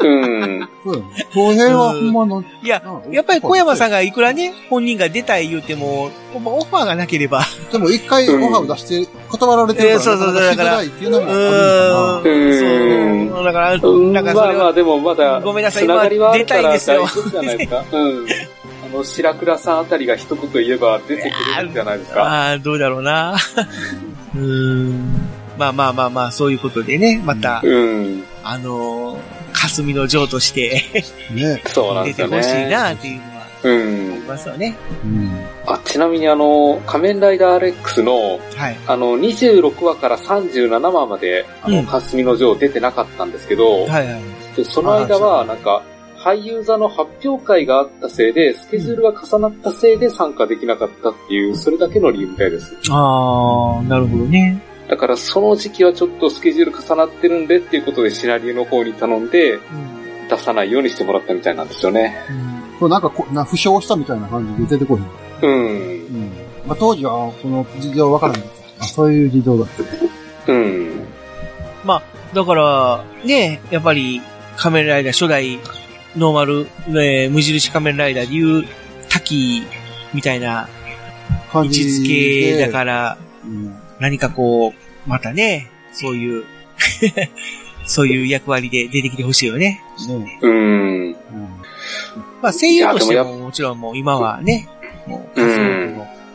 [SPEAKER 4] うん。
[SPEAKER 2] そうやね。公平はほんまの、
[SPEAKER 5] いや、やっぱり小山さんがいくらね、本人が出たい言うても、オファーがなければ、
[SPEAKER 2] でも一回オファーを出して断られてるから、
[SPEAKER 5] うんえーそうそう
[SPEAKER 2] なかなか
[SPEAKER 5] だから
[SPEAKER 2] しづらいっていうの
[SPEAKER 5] う
[SPEAKER 2] もあ
[SPEAKER 5] ー
[SPEAKER 2] るん
[SPEAKER 5] ん。
[SPEAKER 2] か
[SPEAKER 5] そう。だから、
[SPEAKER 4] うん
[SPEAKER 5] なんかそれ
[SPEAKER 4] まあまあ、
[SPEAKER 5] は、
[SPEAKER 4] でもまだ、
[SPEAKER 5] ごめんなさい
[SPEAKER 4] つながりはあるから
[SPEAKER 5] 今出たいですよ
[SPEAKER 4] 大丈夫じゃないですか。うん。あの、白倉さんあたりが一言言えば出てくれるんじゃないですか。
[SPEAKER 5] ああ、どうだろうな。 うーん。まあまあまあまあ、そういうことでね、また、
[SPEAKER 4] うん。
[SPEAKER 5] あのー、霞の城として
[SPEAKER 2] な。ね。
[SPEAKER 4] そうなんで
[SPEAKER 5] 出
[SPEAKER 4] す
[SPEAKER 5] て
[SPEAKER 4] よね。
[SPEAKER 5] ほしいな、っていうのは、
[SPEAKER 4] うん。
[SPEAKER 5] ますよね。
[SPEAKER 2] うん。
[SPEAKER 4] あ、ちなみにあの、仮面ライダー RX の、
[SPEAKER 5] はい。
[SPEAKER 4] あの、26話から37話まで、あ
[SPEAKER 5] う
[SPEAKER 4] の、
[SPEAKER 5] ん
[SPEAKER 4] 霞の城出てなかったんですけど、
[SPEAKER 5] はいはい。
[SPEAKER 4] でその間は、なんか、俳優座の発表会があったせいで、スケジュールが重なったせいで参加できなかったっていう、それだけの理由みたいです。
[SPEAKER 5] ああ、なるほどね。
[SPEAKER 4] だからその時期はちょっとスケジュール重なってるんでっていうことでシナリオの方に頼んで
[SPEAKER 5] うん。
[SPEAKER 4] 出さないようにしてもらったみたいなんですよね。
[SPEAKER 5] うん
[SPEAKER 2] そうなんかこう、な負傷したみたいな感じで出てこへん。
[SPEAKER 4] うん。
[SPEAKER 2] うん。まあ、当時は、その事情わからない。あそういう事情だった。
[SPEAKER 4] うん。
[SPEAKER 5] だから、ね、やっぱり、仮面ライダー初代、ノーマル、えー無印仮面ライダーでいう、滝みたいな位
[SPEAKER 2] 感
[SPEAKER 5] 置
[SPEAKER 2] じ
[SPEAKER 5] づ
[SPEAKER 2] で。
[SPEAKER 5] けだから、
[SPEAKER 2] うん。
[SPEAKER 5] 何かこう、またね、そういう、 そういう役割で出てきてほしいよね。
[SPEAKER 2] ね
[SPEAKER 4] うん。
[SPEAKER 2] うん。
[SPEAKER 5] まあ声優として
[SPEAKER 4] いやでも
[SPEAKER 5] ももちろんもう今はね、もう、
[SPEAKER 4] うん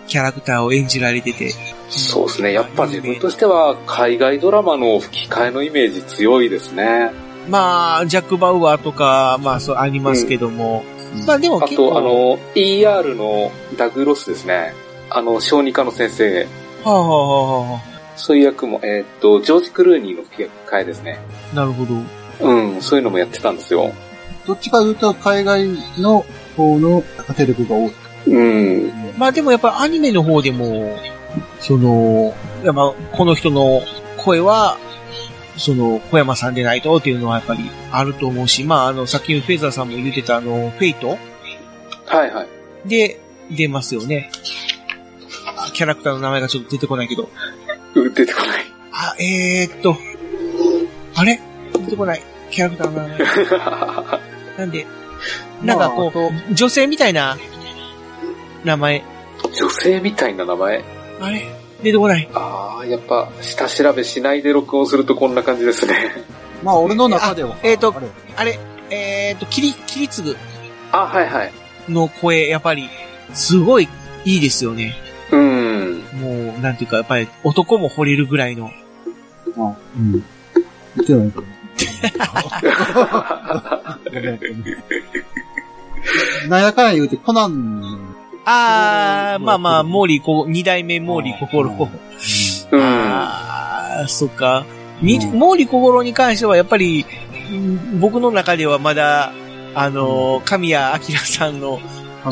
[SPEAKER 5] キャラクターを演じられてて、
[SPEAKER 4] そうですね。やっぱ自分としては海外ドラマの吹き替えのイメージ強いですね。
[SPEAKER 5] まあ、ジャック・バウアーとか、まあそうありますけども、まあでも
[SPEAKER 4] あ
[SPEAKER 5] 結構、
[SPEAKER 4] と、あの、ER のダグロスですね。あの、小児科の先生。
[SPEAKER 5] はあはあはあは
[SPEAKER 4] そういう役も、えーっと、ジョージ・クルーニーの吹き替えですね。
[SPEAKER 5] あ、なるほど。
[SPEAKER 4] うん、そういうのもやってたんですよ。
[SPEAKER 2] どっちか言うと、海外の方の活力が多い。
[SPEAKER 4] うん。
[SPEAKER 5] まあでもやっぱりアニメの方でも、その、やっぱこの人の声は、その、小山さんでないとっていうのはやっぱりあると思うし、まああの、さっきのフェザーさんも言ってたあの、フェイト
[SPEAKER 4] はいはい。
[SPEAKER 5] で出ますよね。あキャラクターの名前がちょっと出てこないけど。
[SPEAKER 4] うん出てこない。
[SPEAKER 5] あ、えー、っと、あれ出てこない。キャラクターの名前。なんで、なんかこう、女性みたいな名前。
[SPEAKER 4] 女性みたいな名前
[SPEAKER 5] あれ出てこない。
[SPEAKER 4] ああ、やっぱ、下調べしないで録音するとこんな感じですね。
[SPEAKER 2] まあ、俺の中では。
[SPEAKER 5] えーと
[SPEAKER 2] あれ
[SPEAKER 5] あれ、えーっと、キリ、キリツグ
[SPEAKER 4] あはいはい。
[SPEAKER 5] の声、やっぱり、すごいいいですよね。
[SPEAKER 4] うん。
[SPEAKER 5] もう、なんていうか、やっぱり男も惚れるぐらいの。
[SPEAKER 2] うん。言ってないか なんやかんや言うて、コナンの、
[SPEAKER 5] あー、まあまあ、毛利こ、二代目毛利心。
[SPEAKER 4] うん。
[SPEAKER 5] あー、そっか。に、毛利心に関しては、やっぱり、ん僕の中ではまだ、あのー、神谷明さんの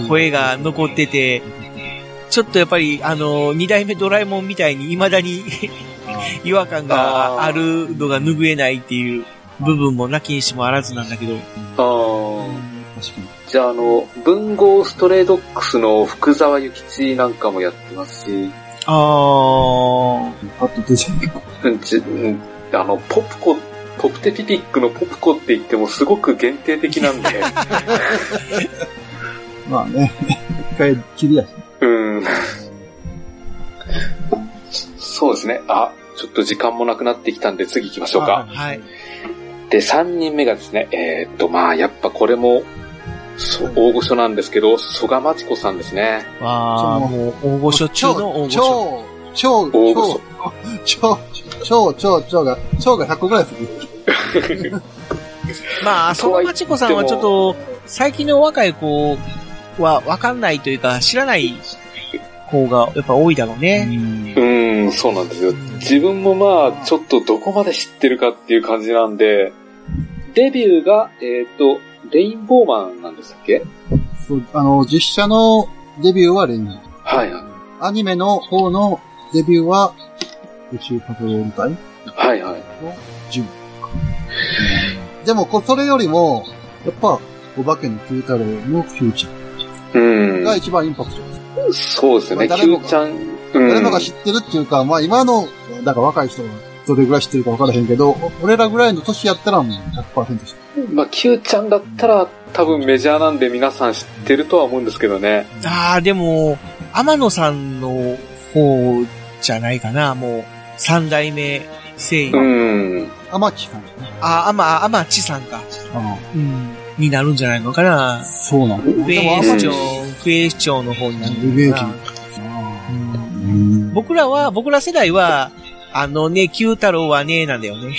[SPEAKER 5] 声が残ってて、ちょっとやっぱり、あのー、二代目ドラえもんみたいに未だに違和感があるのが拭えないっていう部分もなきにしもあらずなんだけど、
[SPEAKER 4] あー
[SPEAKER 2] 確かに。
[SPEAKER 4] じゃあ、あの、文豪ストレイドックスの福沢諭吉なんかもやってますし、
[SPEAKER 5] あー、
[SPEAKER 2] パッと出ちゃう。
[SPEAKER 4] うんじうんあの、ポプコ、ポプテピピックのポプコって言ってもすごく限定的なんで、
[SPEAKER 2] まあね、 一回切りやし。
[SPEAKER 4] うん。そうですね。あ、ちょっと時間もなくなってきたんで次行きましょうか。
[SPEAKER 5] はい。
[SPEAKER 4] で、3人目がですね、えーっと、まあ、やっぱこれも、そう大御所なんですけど、曽我町子さんですね。
[SPEAKER 5] わー、もう大御所中の大御所。
[SPEAKER 2] 超、超、
[SPEAKER 4] 大御所
[SPEAKER 2] 超、。超、超、超、超が、超が100個ぐらいする。
[SPEAKER 5] まあ、そのまちこさんはちょっと、最近の若い子はわかんないというか、知らない子がやっぱ多いだろうね。
[SPEAKER 4] うん、そうなんですよ。自分もまあ、ちょっとどこまで知ってるかっていう感じなんで、デビューが、えーっと、レインボーマンなんでしたっけ
[SPEAKER 2] そう、あの、実写のデビューはレイン。
[SPEAKER 4] はい、は
[SPEAKER 2] アニメの方のデビューは、宇宙パトロール隊
[SPEAKER 4] い、はい。
[SPEAKER 2] ジム。でも、こそれよりも、やっぱ、お化けの Q 太郎の Q ちゃん
[SPEAKER 4] うん。
[SPEAKER 2] が一番インパクト。
[SPEAKER 4] そうですね、
[SPEAKER 2] まあ
[SPEAKER 4] Q
[SPEAKER 2] 誰もが
[SPEAKER 4] ちゃん。うん
[SPEAKER 2] 誰もが知ってるっていうか、まあ今の、だから若い人がどれぐらい知ってるか分からへんけど、俺らぐらいの年やったらもう100%知って
[SPEAKER 4] まあ、Q ちゃんだったら多分メジャーなんで皆さん知ってるとは思うんですけどね。
[SPEAKER 5] ああ、でも、天野さんの方じゃないかな、もう、三代目声優。
[SPEAKER 4] うん。
[SPEAKER 2] る。天木さん。
[SPEAKER 5] あ、あま、あまちさんか。
[SPEAKER 2] あ
[SPEAKER 5] うん。になるんじゃないのかな
[SPEAKER 2] あ。そうなの。
[SPEAKER 5] クエスチョン、クエスチョンの方になるのかな。うん
[SPEAKER 2] うん
[SPEAKER 5] 僕らは、僕ら世代は、あのね、九太郎はね、なんだよね。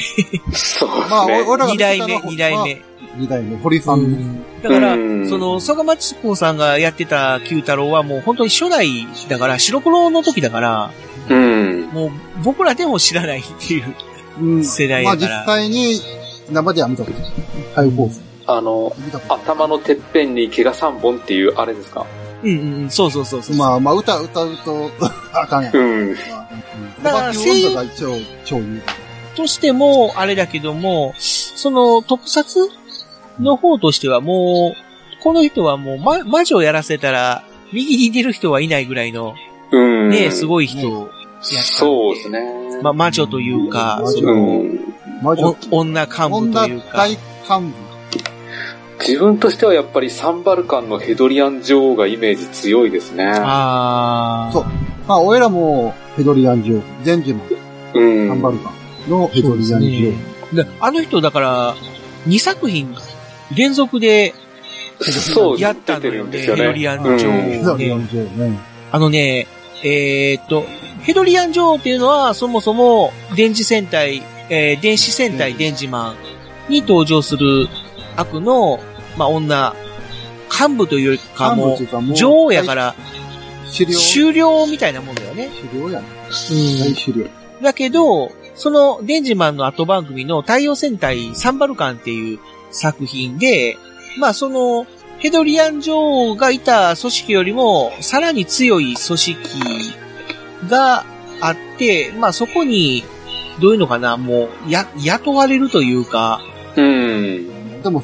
[SPEAKER 4] そうで
[SPEAKER 2] まあ、
[SPEAKER 4] す
[SPEAKER 2] 俺
[SPEAKER 4] ね。
[SPEAKER 2] 俺らが
[SPEAKER 5] 二代目、二代目。。
[SPEAKER 2] 二代目、堀さん。
[SPEAKER 5] だから、
[SPEAKER 4] うん
[SPEAKER 5] その、曽我町子さんがやってた九太郎はもう本当に初代だから、白黒の時だから、
[SPEAKER 4] うん。
[SPEAKER 5] もう僕らでも知らないっていう。
[SPEAKER 2] うん
[SPEAKER 5] 世代
[SPEAKER 2] まあ
[SPEAKER 5] やか
[SPEAKER 2] 実
[SPEAKER 5] ら
[SPEAKER 2] 際に、生では見たことない。ハイボーズ。
[SPEAKER 4] あの、
[SPEAKER 2] 見たこと
[SPEAKER 4] 頭のてっぺんに毛が3本っていうあれですか
[SPEAKER 5] うんうんうん、そうそうそうそう。
[SPEAKER 2] まあまあ、歌、歌うと、あかんやん。う
[SPEAKER 4] うん。
[SPEAKER 2] ん
[SPEAKER 5] だから
[SPEAKER 2] お化け音頭が一応、超有
[SPEAKER 5] としても、あれだけども、その、特撮の方としてはもう、この人はもう、ま、魔女をやらせたら、右に出る人はいないぐらいの、
[SPEAKER 4] うん。
[SPEAKER 5] ね、すごい人をやった。
[SPEAKER 4] そうです。ね。
[SPEAKER 5] まあ、魔女というか、
[SPEAKER 2] 魔女
[SPEAKER 5] そ
[SPEAKER 4] うん
[SPEAKER 5] の
[SPEAKER 2] 名。魔女
[SPEAKER 5] お、女幹部という
[SPEAKER 2] 女
[SPEAKER 5] か
[SPEAKER 2] 大、幹部。
[SPEAKER 4] 自分としてはやっぱりサンバルカンのヘドリアン女王がイメージ強いですね。
[SPEAKER 5] ああ、
[SPEAKER 2] そうまあ、俺らも、ヘドリアン女王。全ジマン、
[SPEAKER 4] うん。
[SPEAKER 2] ハンバルカンのヘドリアン女王。
[SPEAKER 5] であの人、だから、2作品連続で
[SPEAKER 4] そう、
[SPEAKER 5] やった
[SPEAKER 4] 出
[SPEAKER 5] んだ
[SPEAKER 4] て
[SPEAKER 5] よ
[SPEAKER 4] るん
[SPEAKER 5] ね。
[SPEAKER 4] ですよ
[SPEAKER 5] ヘドリ
[SPEAKER 4] ね。
[SPEAKER 5] アン女
[SPEAKER 2] ヘ
[SPEAKER 5] 王
[SPEAKER 2] ド
[SPEAKER 5] を
[SPEAKER 2] リア
[SPEAKER 5] ね、
[SPEAKER 2] ン女王ね。
[SPEAKER 5] あのね、えーっと、ヘドリアン女王っていうのは、そもそも、電磁戦隊、えー電子戦隊電磁マンに登場する悪の、まあ、女、幹部というよりか
[SPEAKER 2] 幹部
[SPEAKER 5] も
[SPEAKER 2] っていうかも
[SPEAKER 5] う、
[SPEAKER 2] う
[SPEAKER 5] 女王やから、
[SPEAKER 2] 狩猟。
[SPEAKER 5] 終了みたいなもんだよね。
[SPEAKER 2] 狩猟やね。
[SPEAKER 5] うん
[SPEAKER 2] 大狩猟。
[SPEAKER 5] だけど、そのデンジマンの後番組の太陽戦隊サンバルカンっていう作品で、まあそのヘドリアン女王がいた組織よりもさらに強い組織があって、まあそこに、どういうのかな、もう、や、雇われるというか、
[SPEAKER 4] うん。
[SPEAKER 2] でも、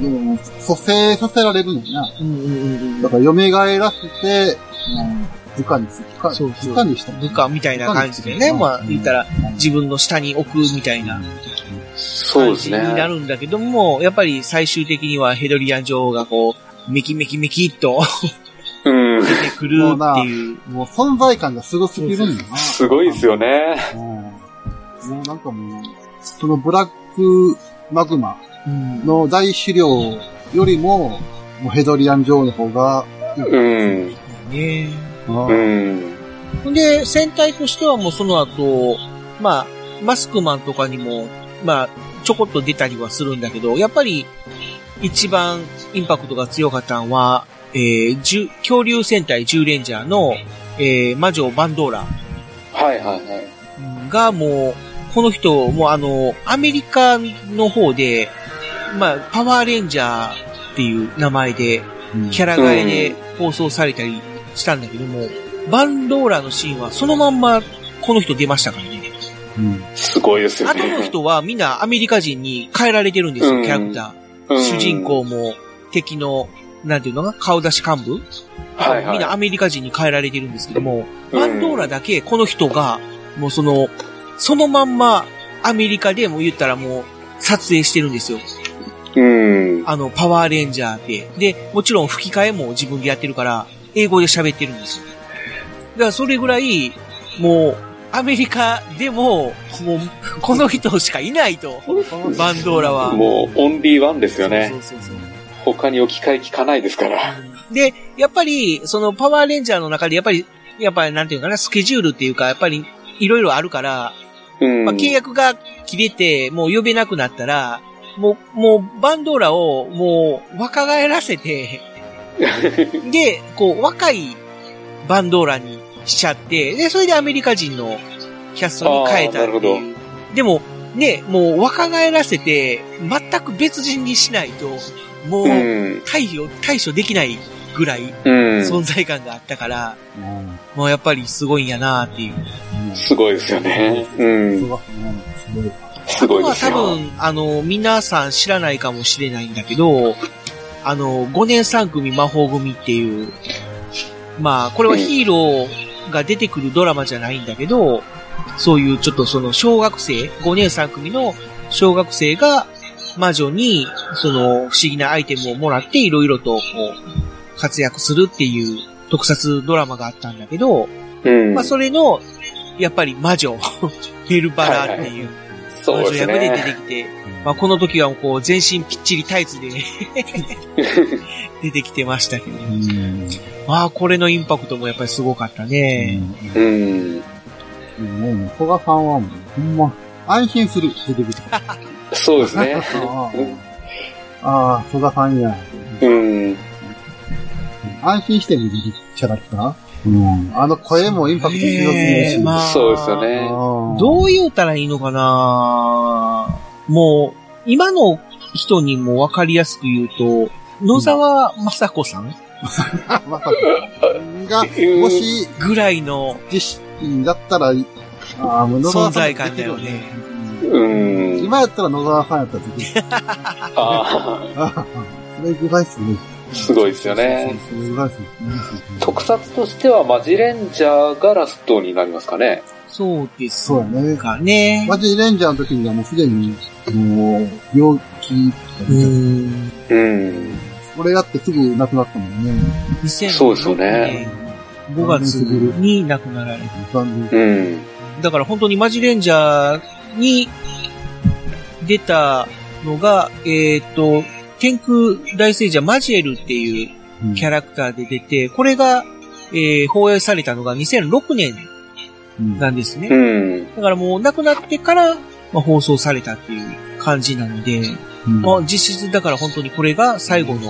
[SPEAKER 2] でも、蘇生させられるんやな。
[SPEAKER 5] うんうんうんう
[SPEAKER 2] だ
[SPEAKER 5] ん
[SPEAKER 2] から、蘇らせて、うん部下にする。部下
[SPEAKER 5] そうそう
[SPEAKER 2] 部下にした。
[SPEAKER 5] 部下みたいな感じでね、
[SPEAKER 2] うん
[SPEAKER 5] まあ言ったら
[SPEAKER 2] うん
[SPEAKER 5] 自分の下に置くみたいな
[SPEAKER 4] そう
[SPEAKER 5] 感
[SPEAKER 4] です
[SPEAKER 5] じ
[SPEAKER 4] ね。
[SPEAKER 5] になるんだけども、やっぱり最終的にはヘドリアン女王がこう、メキメキメキっと
[SPEAKER 4] うん。
[SPEAKER 5] 出てくるっていう。
[SPEAKER 2] もう存在感がすごすぎるんだな。
[SPEAKER 4] すごいですよね。
[SPEAKER 2] うん。もうなんかもう、そのブラックマグマの大狩猟よりも、もうヘドリアン女王の方が、
[SPEAKER 4] うん。
[SPEAKER 5] ね
[SPEAKER 2] うん
[SPEAKER 4] うん。
[SPEAKER 5] ほんで、戦隊としてはもうその後、まあ、マスクマンとかにも、まあ、ちょこっと出たりはするんだけど、やっぱり、一番インパクトが強かったのは、えー、十恐竜戦隊10レンジャーの、えー、魔女バンドーラ
[SPEAKER 4] はいはいはい。
[SPEAKER 5] がもう、この人、もうあの、アメリカの方で、まあ、パワーレンジャーっていう名前で、キャラ替えで放送されたりしたんだけども、バンドーラのシーンはそのまんまこの人出ましたからね。
[SPEAKER 4] すごいですよ
[SPEAKER 5] あと
[SPEAKER 4] ね。
[SPEAKER 5] の人はみんなアメリカ人に変えられてるんです
[SPEAKER 4] う
[SPEAKER 5] よ、
[SPEAKER 4] ん
[SPEAKER 5] キャラクター。
[SPEAKER 4] うん
[SPEAKER 5] 主人。公も敵の、なんていうのが顔出し幹部
[SPEAKER 4] はいはい。
[SPEAKER 5] みんなアメリカ人に変えられてるんですけども、
[SPEAKER 4] うん
[SPEAKER 5] バンドーラだけこの人が、もうその、そのまんまアメリカでもう言ったらもう撮影してるんですよ。
[SPEAKER 4] うん。
[SPEAKER 5] あの、パワーレンジャーで。で、もちろん吹き替えも自分でやってるから、英語で喋ってるんですよ。だからそれぐらい、もう、アメリカでも、もう、この人しかいないと、バンドーラは。
[SPEAKER 4] もう、オンリーワンですよね。
[SPEAKER 5] そうそうそうそう
[SPEAKER 4] 他に置き換え聞かないですから。
[SPEAKER 5] で、やっぱり、そのパワーレンジャーの中で、やっぱり、やっぱりなんていうのかな、スケジュールっていうか、やっぱり、いろいろあるから、
[SPEAKER 4] うん。
[SPEAKER 5] まあ、契約が切れて、もう呼べなくなったら、もう、もう、バンドーラを、もう、若返らせ て、で、こう、若いバンドーラにしちゃって、で、それでアメリカ人のキャストに変えたって
[SPEAKER 4] あーな
[SPEAKER 5] いう。でも、ね、もう若返らせて、全く別人にしないと、も
[SPEAKER 4] う
[SPEAKER 5] う、
[SPEAKER 4] ん。
[SPEAKER 5] 対処、対処できないぐらい、
[SPEAKER 4] うん。
[SPEAKER 5] 存在感があったから、もうやっぱりすごいんやなっていう。
[SPEAKER 4] すごいですよね。うん。すごいです
[SPEAKER 5] 多
[SPEAKER 4] よ。
[SPEAKER 5] 分、あの、皆さん知らないかもしれないんだけど、あの、5年3組魔法組っていう、まあ、これはヒーローが出てくるドラマじゃないんだけど、そういうちょっとその小学生、5年3組の小学生が魔女に、その不思議なアイテムをもらっていろいろとこう、活躍するっていう特撮ドラマがあったんだけど、
[SPEAKER 4] うん
[SPEAKER 5] まあ、。それの、やっぱり魔女、 ベルバラっていう魔
[SPEAKER 4] そう
[SPEAKER 5] 女
[SPEAKER 4] です
[SPEAKER 5] 役で出て
[SPEAKER 4] ね。
[SPEAKER 5] きて、まあ、この時はもうこう、全身ぴっちりタイ ツで出てきてましたけど、まあ、これのインパクトもやっぱりすごかったね。
[SPEAKER 4] うん。
[SPEAKER 2] もう、古賀さんはもう、ほんま、安心する、出てきた。
[SPEAKER 4] そうですね。
[SPEAKER 2] ああ、 ああ、古賀さんや。
[SPEAKER 4] うん。
[SPEAKER 2] 安心して見れるキャラクターうん。あの声もインパクト強すぎる
[SPEAKER 5] え
[SPEAKER 2] し。
[SPEAKER 5] ーまあ
[SPEAKER 4] そうですよね。
[SPEAKER 2] どう
[SPEAKER 5] どう言うたらいいのかなもう、今の人にもわかりやすく言うと、野沢雅子さん
[SPEAKER 2] まさか。が、
[SPEAKER 4] うん
[SPEAKER 2] もし、
[SPEAKER 5] ぐらいの
[SPEAKER 2] 自身だったら、ああ、もう野沢
[SPEAKER 5] 存
[SPEAKER 2] さん
[SPEAKER 5] 在
[SPEAKER 2] 出
[SPEAKER 5] 感
[SPEAKER 2] て
[SPEAKER 5] だ
[SPEAKER 2] る
[SPEAKER 5] よ
[SPEAKER 2] よね。
[SPEAKER 5] ね。
[SPEAKER 4] うん。
[SPEAKER 2] 今やったら野沢さんやったら出てる。
[SPEAKER 4] あ
[SPEAKER 2] それぐらいっすね。
[SPEAKER 4] あ、すごいですよね。
[SPEAKER 2] それぐらいっすね。
[SPEAKER 4] 特撮としてはマジレンジャーがラストになりますかね。
[SPEAKER 5] そうです
[SPEAKER 2] そうやね。
[SPEAKER 5] かね。
[SPEAKER 2] マジレンジャーの時にはもうすでに、もう、病気とか
[SPEAKER 5] う
[SPEAKER 2] 出ちゃって、
[SPEAKER 5] ん
[SPEAKER 4] うん。
[SPEAKER 2] これやってすぐ亡くなったもんね。
[SPEAKER 4] そうです
[SPEAKER 5] 2006年
[SPEAKER 4] よね
[SPEAKER 5] 5月に亡くなられた。
[SPEAKER 2] 残念
[SPEAKER 4] うん。
[SPEAKER 5] だから本当にマジレンジャーに出たのが、えっ、と、天空大聖者マジエルっていう
[SPEAKER 2] うん
[SPEAKER 5] キャラクターで出て、これが、えー放映されたのが2006年
[SPEAKER 2] うん
[SPEAKER 5] なんです
[SPEAKER 4] う
[SPEAKER 5] ね。
[SPEAKER 4] ん。
[SPEAKER 5] だからもう亡くなってから、まあ、放送されたっていう感じなので、
[SPEAKER 2] うん
[SPEAKER 5] まあ、実質だから本当にこれが最後の、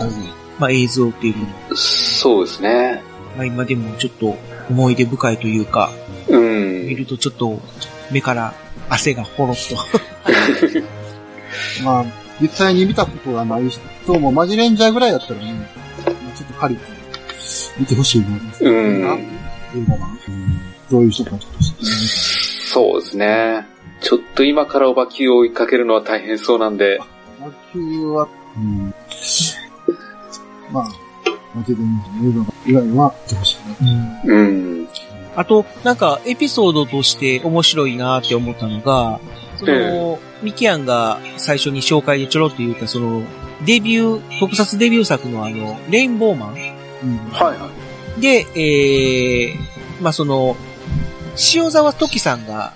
[SPEAKER 5] まあ、映像っていうのも
[SPEAKER 4] そうですね。
[SPEAKER 5] まあ、今でもちょっと思い出深いというか、
[SPEAKER 4] う
[SPEAKER 5] 見
[SPEAKER 4] ん。
[SPEAKER 5] るとちょっと目から汗がほろっと。
[SPEAKER 2] まあ、実際に見たことがない人もマジレンジャーぐらいだったらね、まあちょっと借りて、見てほしいな。
[SPEAKER 4] うん。
[SPEAKER 2] 映画版。どういう人かちょっと知ってみた
[SPEAKER 4] そうですね。ちょっと今からおばきを追いかけるのは大変そうなんで。
[SPEAKER 2] い。野球は、うん。まあ、マジレンジャーの映画版以外は見てほしいな。
[SPEAKER 4] うん。
[SPEAKER 5] あと、なんかエピソードとして面白いなって思ったのが、その、ミキアンが最初に紹介でちょろっと言った、その、デビュー、特撮デビュー作のあの、レインボーマン
[SPEAKER 2] うん。
[SPEAKER 4] はいは
[SPEAKER 5] で、えー、まあ、その、塩沢時さんが、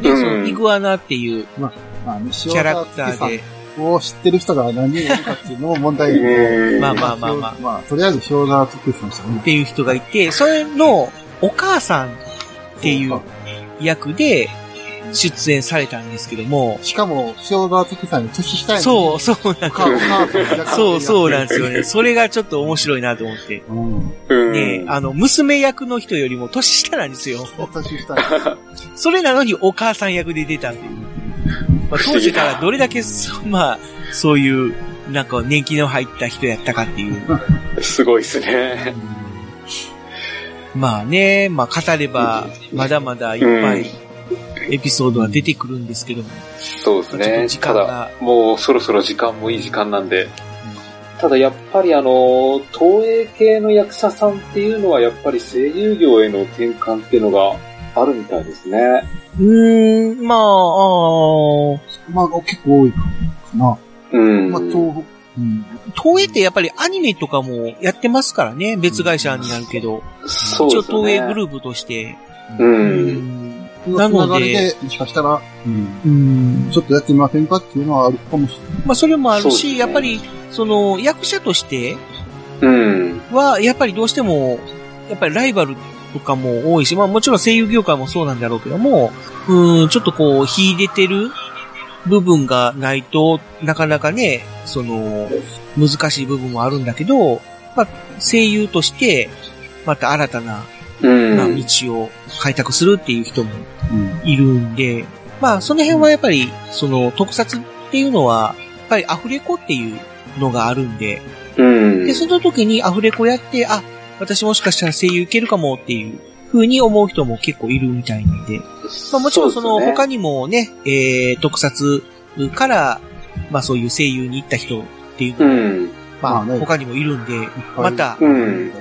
[SPEAKER 5] ね、
[SPEAKER 4] うん
[SPEAKER 5] そのイグアナっていう
[SPEAKER 2] まあね、
[SPEAKER 5] キ
[SPEAKER 2] キ
[SPEAKER 5] ャラクターで、
[SPEAKER 2] を知ってる人が何人いるかっていうのも問題
[SPEAKER 4] い。うん。
[SPEAKER 5] まあまあまあまあ、
[SPEAKER 2] まあ、とりあえず、氷河特急さんした
[SPEAKER 5] っていう人がいて、それのお母さんっていう役で、出演されたんですけども、
[SPEAKER 2] しかも、塩沢月さんに拒否したい
[SPEAKER 5] そう、
[SPEAKER 2] う。
[SPEAKER 5] そうなん
[SPEAKER 2] カーブカーブ
[SPEAKER 5] そう、そうなんです
[SPEAKER 2] よ。
[SPEAKER 5] よね。それがちょっと面白いなと思って。
[SPEAKER 2] うん。
[SPEAKER 4] うん。
[SPEAKER 5] ねあの、娘役の人よりも年下なんですよ。
[SPEAKER 2] お察ししたい。
[SPEAKER 5] それなのにお母さん役で出たっていう。まあ、当時からどれだけ、そうまあ、そういう、なんか年季の入った人やったかっていう。
[SPEAKER 4] すごいですね。
[SPEAKER 5] まあね、まあ語れば、まだまだいっぱいエピソードは出てくるんですけども。
[SPEAKER 4] そうです
[SPEAKER 5] ちょっと
[SPEAKER 4] ね。
[SPEAKER 5] 時間
[SPEAKER 4] た
[SPEAKER 5] が
[SPEAKER 4] だ、もうそろそろ時間もいい時間なんで。ただやっぱりあの、東映系の役者さんっていうのはやっぱり声優業への転換っていうのがあるみたいですね。
[SPEAKER 5] うーん、まあ、あー
[SPEAKER 2] まあ、結構多いかな。
[SPEAKER 4] うん。
[SPEAKER 2] まあ、東北。うん。
[SPEAKER 5] 東映ってやっぱりアニメとかもやってますからね。別会社になるけど。
[SPEAKER 4] そう
[SPEAKER 5] 一
[SPEAKER 4] で
[SPEAKER 5] 応
[SPEAKER 4] すよ
[SPEAKER 5] 東
[SPEAKER 4] ね。
[SPEAKER 5] 映グループとして。
[SPEAKER 4] うん。
[SPEAKER 5] なので
[SPEAKER 2] 流れで、もしかしたら、うん
[SPEAKER 5] うん
[SPEAKER 2] ちょっとやってみませんかっていうのはあるかもしれない。
[SPEAKER 5] まあそれもある
[SPEAKER 4] そうです
[SPEAKER 5] し、
[SPEAKER 4] ね
[SPEAKER 5] やっぱり、その役者として
[SPEAKER 4] うん。
[SPEAKER 5] は、やっぱりどうしても、やっぱりライバルとかも多いし、まあもちろん声優業界もそうなんだろうけども、うん、ちょっとこう、秀でてる部分がないとなかなかね、その、難しい部分もあるんだけど、まあ声優として、また新たな
[SPEAKER 4] うん。
[SPEAKER 5] まあ、道を開拓するっていう人も
[SPEAKER 2] うん
[SPEAKER 5] いるんで、まあ、その辺はやっぱり、その、特撮っていうのは、やっぱりアフレコっていうのがあるんで、
[SPEAKER 4] うん。
[SPEAKER 5] で、その時にアフレコやって、あ、私もしかしたら声優いけるかもっていう風に思う人も結構いるみたいなんで、まあ、もちろんその、
[SPEAKER 4] うですね
[SPEAKER 5] 他にもね、えー、特撮から、まあ、そういう声優に行った人っていう
[SPEAKER 4] う
[SPEAKER 5] のも、
[SPEAKER 4] ん。
[SPEAKER 5] ま
[SPEAKER 2] ま
[SPEAKER 5] あ
[SPEAKER 2] あ、ね
[SPEAKER 5] 他にもいるんで、
[SPEAKER 2] ぱ
[SPEAKER 5] ま
[SPEAKER 2] い
[SPEAKER 5] た、
[SPEAKER 4] うん。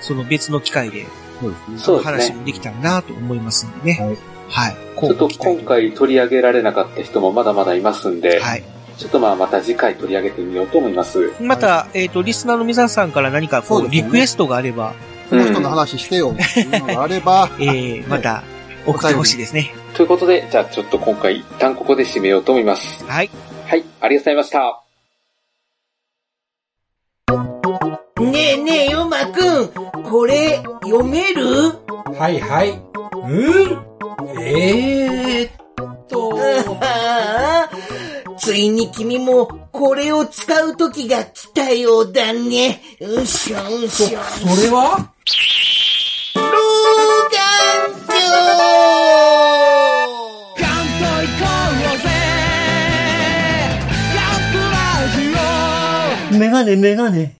[SPEAKER 5] その別の機会で
[SPEAKER 2] そうですね。
[SPEAKER 4] そうですね
[SPEAKER 5] 話もできたらなと思いますんでね。はい。
[SPEAKER 4] ちょっと今回取り上げられなかった人もまだまだいますんで、
[SPEAKER 5] はい。
[SPEAKER 4] ちょっとまあまた次回取り上げてみようと思います。
[SPEAKER 5] また、えっ、と、リスナーの皆さんから何かこ
[SPEAKER 2] そう
[SPEAKER 5] う、
[SPEAKER 2] ですね
[SPEAKER 5] リクエストがあれば、
[SPEAKER 2] この人の話してよっていうのがあれば、
[SPEAKER 5] えー、また、送ってほしいですね。
[SPEAKER 4] ということで、じゃあちょっと今回一旦ここで締めようと思います。
[SPEAKER 5] はい。
[SPEAKER 4] はい、ありがとうございました。
[SPEAKER 10] ねえねえ、ヨマくん、これ、読める
[SPEAKER 11] はいはい。うんえーっと、
[SPEAKER 10] ああ、 ついに君も、これを使う時が来たようだね。うんしょうんしょ。
[SPEAKER 11] それは
[SPEAKER 10] 老眼鏡メガネメガネ。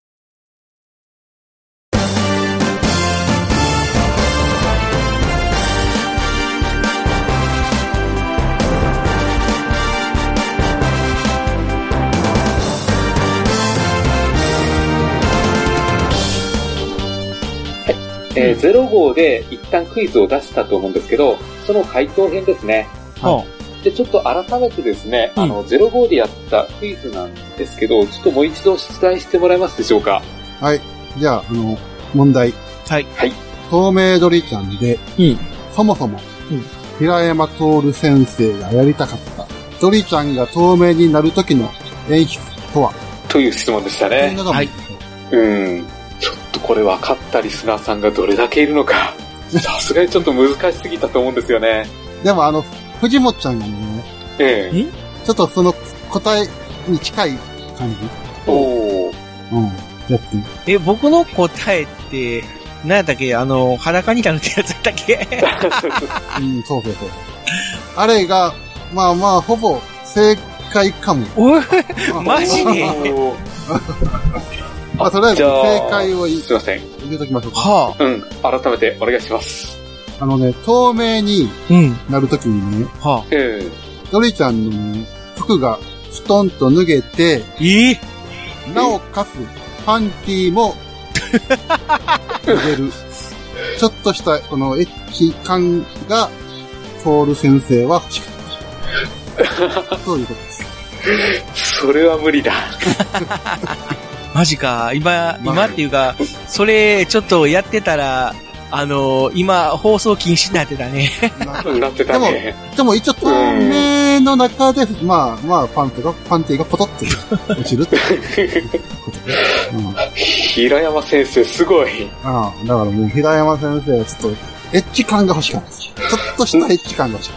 [SPEAKER 4] えー0号で一旦クイズを出したと思うんですけど、その回答編ですね。
[SPEAKER 5] は
[SPEAKER 4] で、ちょっと改めてですね、あの、0号でやったクイズなんですけど、ちょっともう一度出題してもらえますでしょうか。
[SPEAKER 2] はい。じゃあ、あの、問題。
[SPEAKER 5] はい
[SPEAKER 4] はい。
[SPEAKER 2] 透明鳥ちゃんで、
[SPEAKER 5] うん
[SPEAKER 2] そもそも、
[SPEAKER 5] うん
[SPEAKER 2] 平山徹先生がやりたかった、鳥ちゃんが透明になる時の演出とは、
[SPEAKER 4] という質問でした
[SPEAKER 2] っていう
[SPEAKER 4] ね。
[SPEAKER 2] のが
[SPEAKER 5] はい
[SPEAKER 4] うん。ちょっとこれ分かったリスナーさんがどれだけいるの か、さすがにちょっと難しすぎたと思うんですよね。
[SPEAKER 2] でも、あの、藤本ちゃんがね、
[SPEAKER 4] ええ
[SPEAKER 2] ちょっとその答えに近い感じ、
[SPEAKER 4] おー
[SPEAKER 2] うん、やってる。
[SPEAKER 5] い。え、僕の答えって、何やったっけあの、裸になるってやつやったっ け
[SPEAKER 2] うん、そうそうそう。あれが、まあまあ、ほぼ正解かも。
[SPEAKER 5] おいマジで
[SPEAKER 4] おー
[SPEAKER 2] まあ、とりあえず
[SPEAKER 4] じゃあ
[SPEAKER 2] 正解を言
[SPEAKER 4] すいません。
[SPEAKER 2] 入れときましょうか。
[SPEAKER 5] はあ。
[SPEAKER 4] うん。改めてお願いします。
[SPEAKER 2] あのね、透明に
[SPEAKER 5] うん。
[SPEAKER 2] なるときにね、
[SPEAKER 5] はあ。
[SPEAKER 4] うん。
[SPEAKER 2] ドリちゃんのね、服が布団と脱げて、
[SPEAKER 5] ええ
[SPEAKER 2] なおかつ、パンティーも、脱げる。ちょっとした、このエッチ感が、ソウル先生は欲しかった。そういうことです。
[SPEAKER 4] それは無理だ。
[SPEAKER 5] マジか。今、
[SPEAKER 2] ま
[SPEAKER 5] 今
[SPEAKER 2] あ
[SPEAKER 5] っていうか、それ、ちょっとやってたら、あの、今、放送禁止になってたね。
[SPEAKER 2] な
[SPEAKER 4] なってたね。
[SPEAKER 2] でも一応透明の中で、まあまあパンテが、パンティがポトッと落ちるってことで。うん、あ
[SPEAKER 4] 平山先生、すごい。
[SPEAKER 2] あ、だからもう平山先生はちょっと、エッジ感が欲しかったです。ちょっとしたエッジ感が欲しか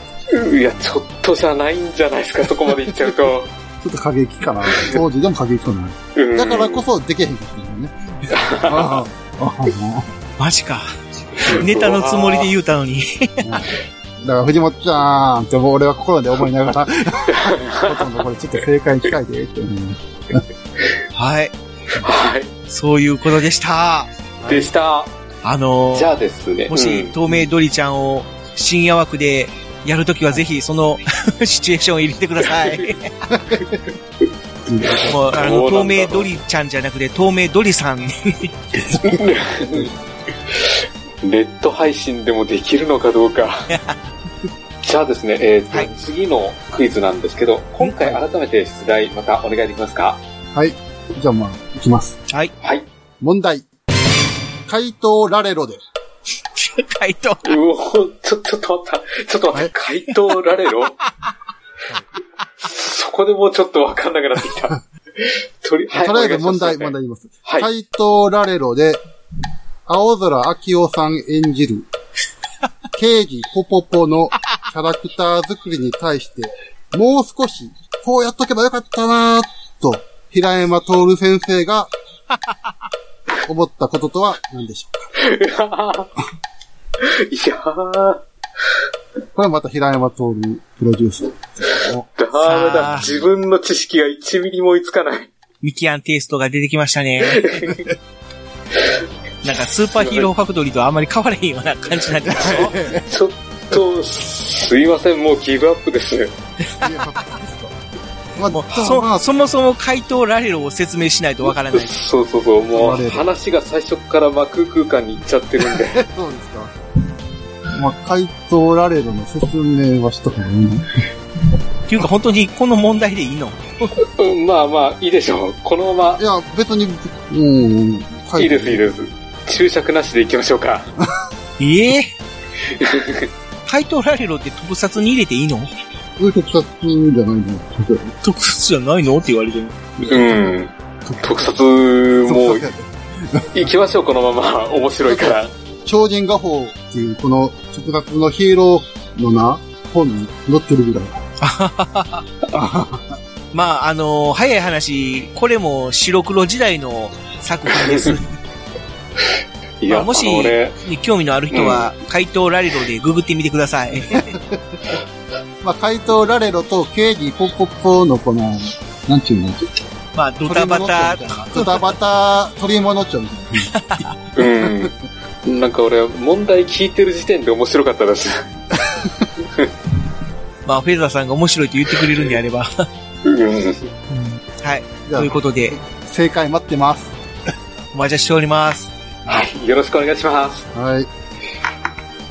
[SPEAKER 2] っ
[SPEAKER 4] いや、ちょっとじゃないんじゃないです か、そこまでいっちゃうと。
[SPEAKER 2] ちょっと過激かな。当時でも過激かな
[SPEAKER 4] うん。
[SPEAKER 2] だからこそできへんかった んだよね。ああ
[SPEAKER 5] マジか。ネタのつもりで言うたのに。
[SPEAKER 2] だから藤本ちゃんって俺は心で思いながら、ほとんどこれちょっと正解に近いでって思いました。
[SPEAKER 5] はい。
[SPEAKER 4] はい。
[SPEAKER 5] そういうことでした。
[SPEAKER 4] でした。
[SPEAKER 5] あのー
[SPEAKER 4] じゃあですね。
[SPEAKER 5] も
[SPEAKER 4] う
[SPEAKER 5] し、
[SPEAKER 4] ん
[SPEAKER 5] 透明ドリちゃんを深夜枠でやるときはぜひ、その シチュエーションを入れてください。 もう、あの、
[SPEAKER 4] そうな
[SPEAKER 5] 透
[SPEAKER 4] んだ
[SPEAKER 5] 明ドリちゃんじゃなくて、透明ドリさんに
[SPEAKER 4] ネット配信でもできるのかど うか。じゃあですね、えーと次のクイズなんですけど、今回改めて出題またお願いできますか
[SPEAKER 2] はい。じゃあまあ、いきます。
[SPEAKER 5] はい。
[SPEAKER 4] はい。
[SPEAKER 2] 問題。回答ラレロで。
[SPEAKER 5] 回答。
[SPEAKER 4] うおちょ、ちょっと待った。ちょっと待って、回答られ ろそこでもうちょっとわかんなくなってき た。とり、はい
[SPEAKER 2] とりあえず問題、
[SPEAKER 4] お
[SPEAKER 2] 問題言
[SPEAKER 4] 願いし
[SPEAKER 2] います。
[SPEAKER 4] はい
[SPEAKER 2] 回答ラレロで、青空明夫さん演じ る、刑事ポポポのキャラクター作りに対して、もう少し、こうやっとけばよかったなぁ、と、平山徹先生が、思ったこととは何でしょうか
[SPEAKER 4] ます。いやー、
[SPEAKER 2] これはまた平山徹プロデュースですけども。
[SPEAKER 4] ダメだ。自分の知識が1ミリも追いつかない。
[SPEAKER 5] ミキアンテイストが出てきました ね。なんか、スーパーヒーローファクトリーとあんまり変わらへんような感じになっ てますよ。
[SPEAKER 4] ちょっと、すいません、もうギブアップです。
[SPEAKER 2] まあ、
[SPEAKER 5] もう
[SPEAKER 2] ただ
[SPEAKER 5] そ
[SPEAKER 2] まあ、
[SPEAKER 5] そもそも回答ラレロを説明しないとわからない。
[SPEAKER 4] そうそうそう、も
[SPEAKER 2] あれ
[SPEAKER 4] う話が最初から真空空間に行っちゃって るんで。
[SPEAKER 2] そうですか。まあ、回答ラレロの説明はしとくのいいね
[SPEAKER 5] っていうか、本当にこの問題でいいの
[SPEAKER 4] うんまあまあ、いいでしょう。このま
[SPEAKER 2] いや、別に、うん、
[SPEAKER 4] ま、
[SPEAKER 2] はい
[SPEAKER 4] いです、いいです。注釈なしで行きましょうか。
[SPEAKER 5] ええ 回答ラレロって特撮に入れていいの
[SPEAKER 2] こういう特撮じゃないの
[SPEAKER 5] 特撮じゃないのって言われてる。
[SPEAKER 4] うん。特撮、もう、行きましょう、このまま。面白いから。
[SPEAKER 2] 超人画報っていう、この特撮のヒーローのな、本に載ってるぐらい。
[SPEAKER 5] まあ、あのー早い話、これも白黒時代の作品 です。
[SPEAKER 4] い
[SPEAKER 5] ま
[SPEAKER 4] や、
[SPEAKER 5] あ、もし、
[SPEAKER 4] あ のね、
[SPEAKER 5] に興味のある人は、回答ラレロでググってみてくださ い。
[SPEAKER 2] まあ、怪盗ラレロと刑事ポッポッポのこの、なんちゅうの
[SPEAKER 5] まあ、ドタバタ、
[SPEAKER 2] ドタバタ、鳥物町みたい
[SPEAKER 4] うん。なんか俺、問題聞いてる時点で面白かったです。
[SPEAKER 5] まあ、フェザーさんが面白いと言ってくれるんであれば。
[SPEAKER 4] うん。
[SPEAKER 5] はい。
[SPEAKER 2] な。
[SPEAKER 5] という
[SPEAKER 2] じゃ
[SPEAKER 5] ことで、
[SPEAKER 2] あ、正解待ってます。
[SPEAKER 5] お待ちしております。
[SPEAKER 4] はい。よろしくお願いします。
[SPEAKER 2] はい。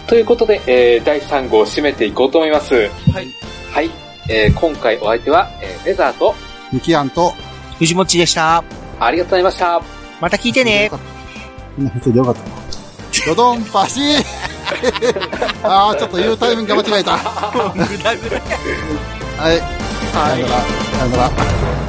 [SPEAKER 4] ということで、えー第3号を締めていこうと思います。はい。はい。えー今回お相手は、えーフェザーと、
[SPEAKER 2] ミキアンと、
[SPEAKER 5] 藤もっちでした。
[SPEAKER 4] ありがとうございました。
[SPEAKER 5] また聞いてね。
[SPEAKER 2] みんな普通でよかったな。ドドンパシー あー、ちょっと言うタイミングが間違えた。はい。さよなら。さよなら。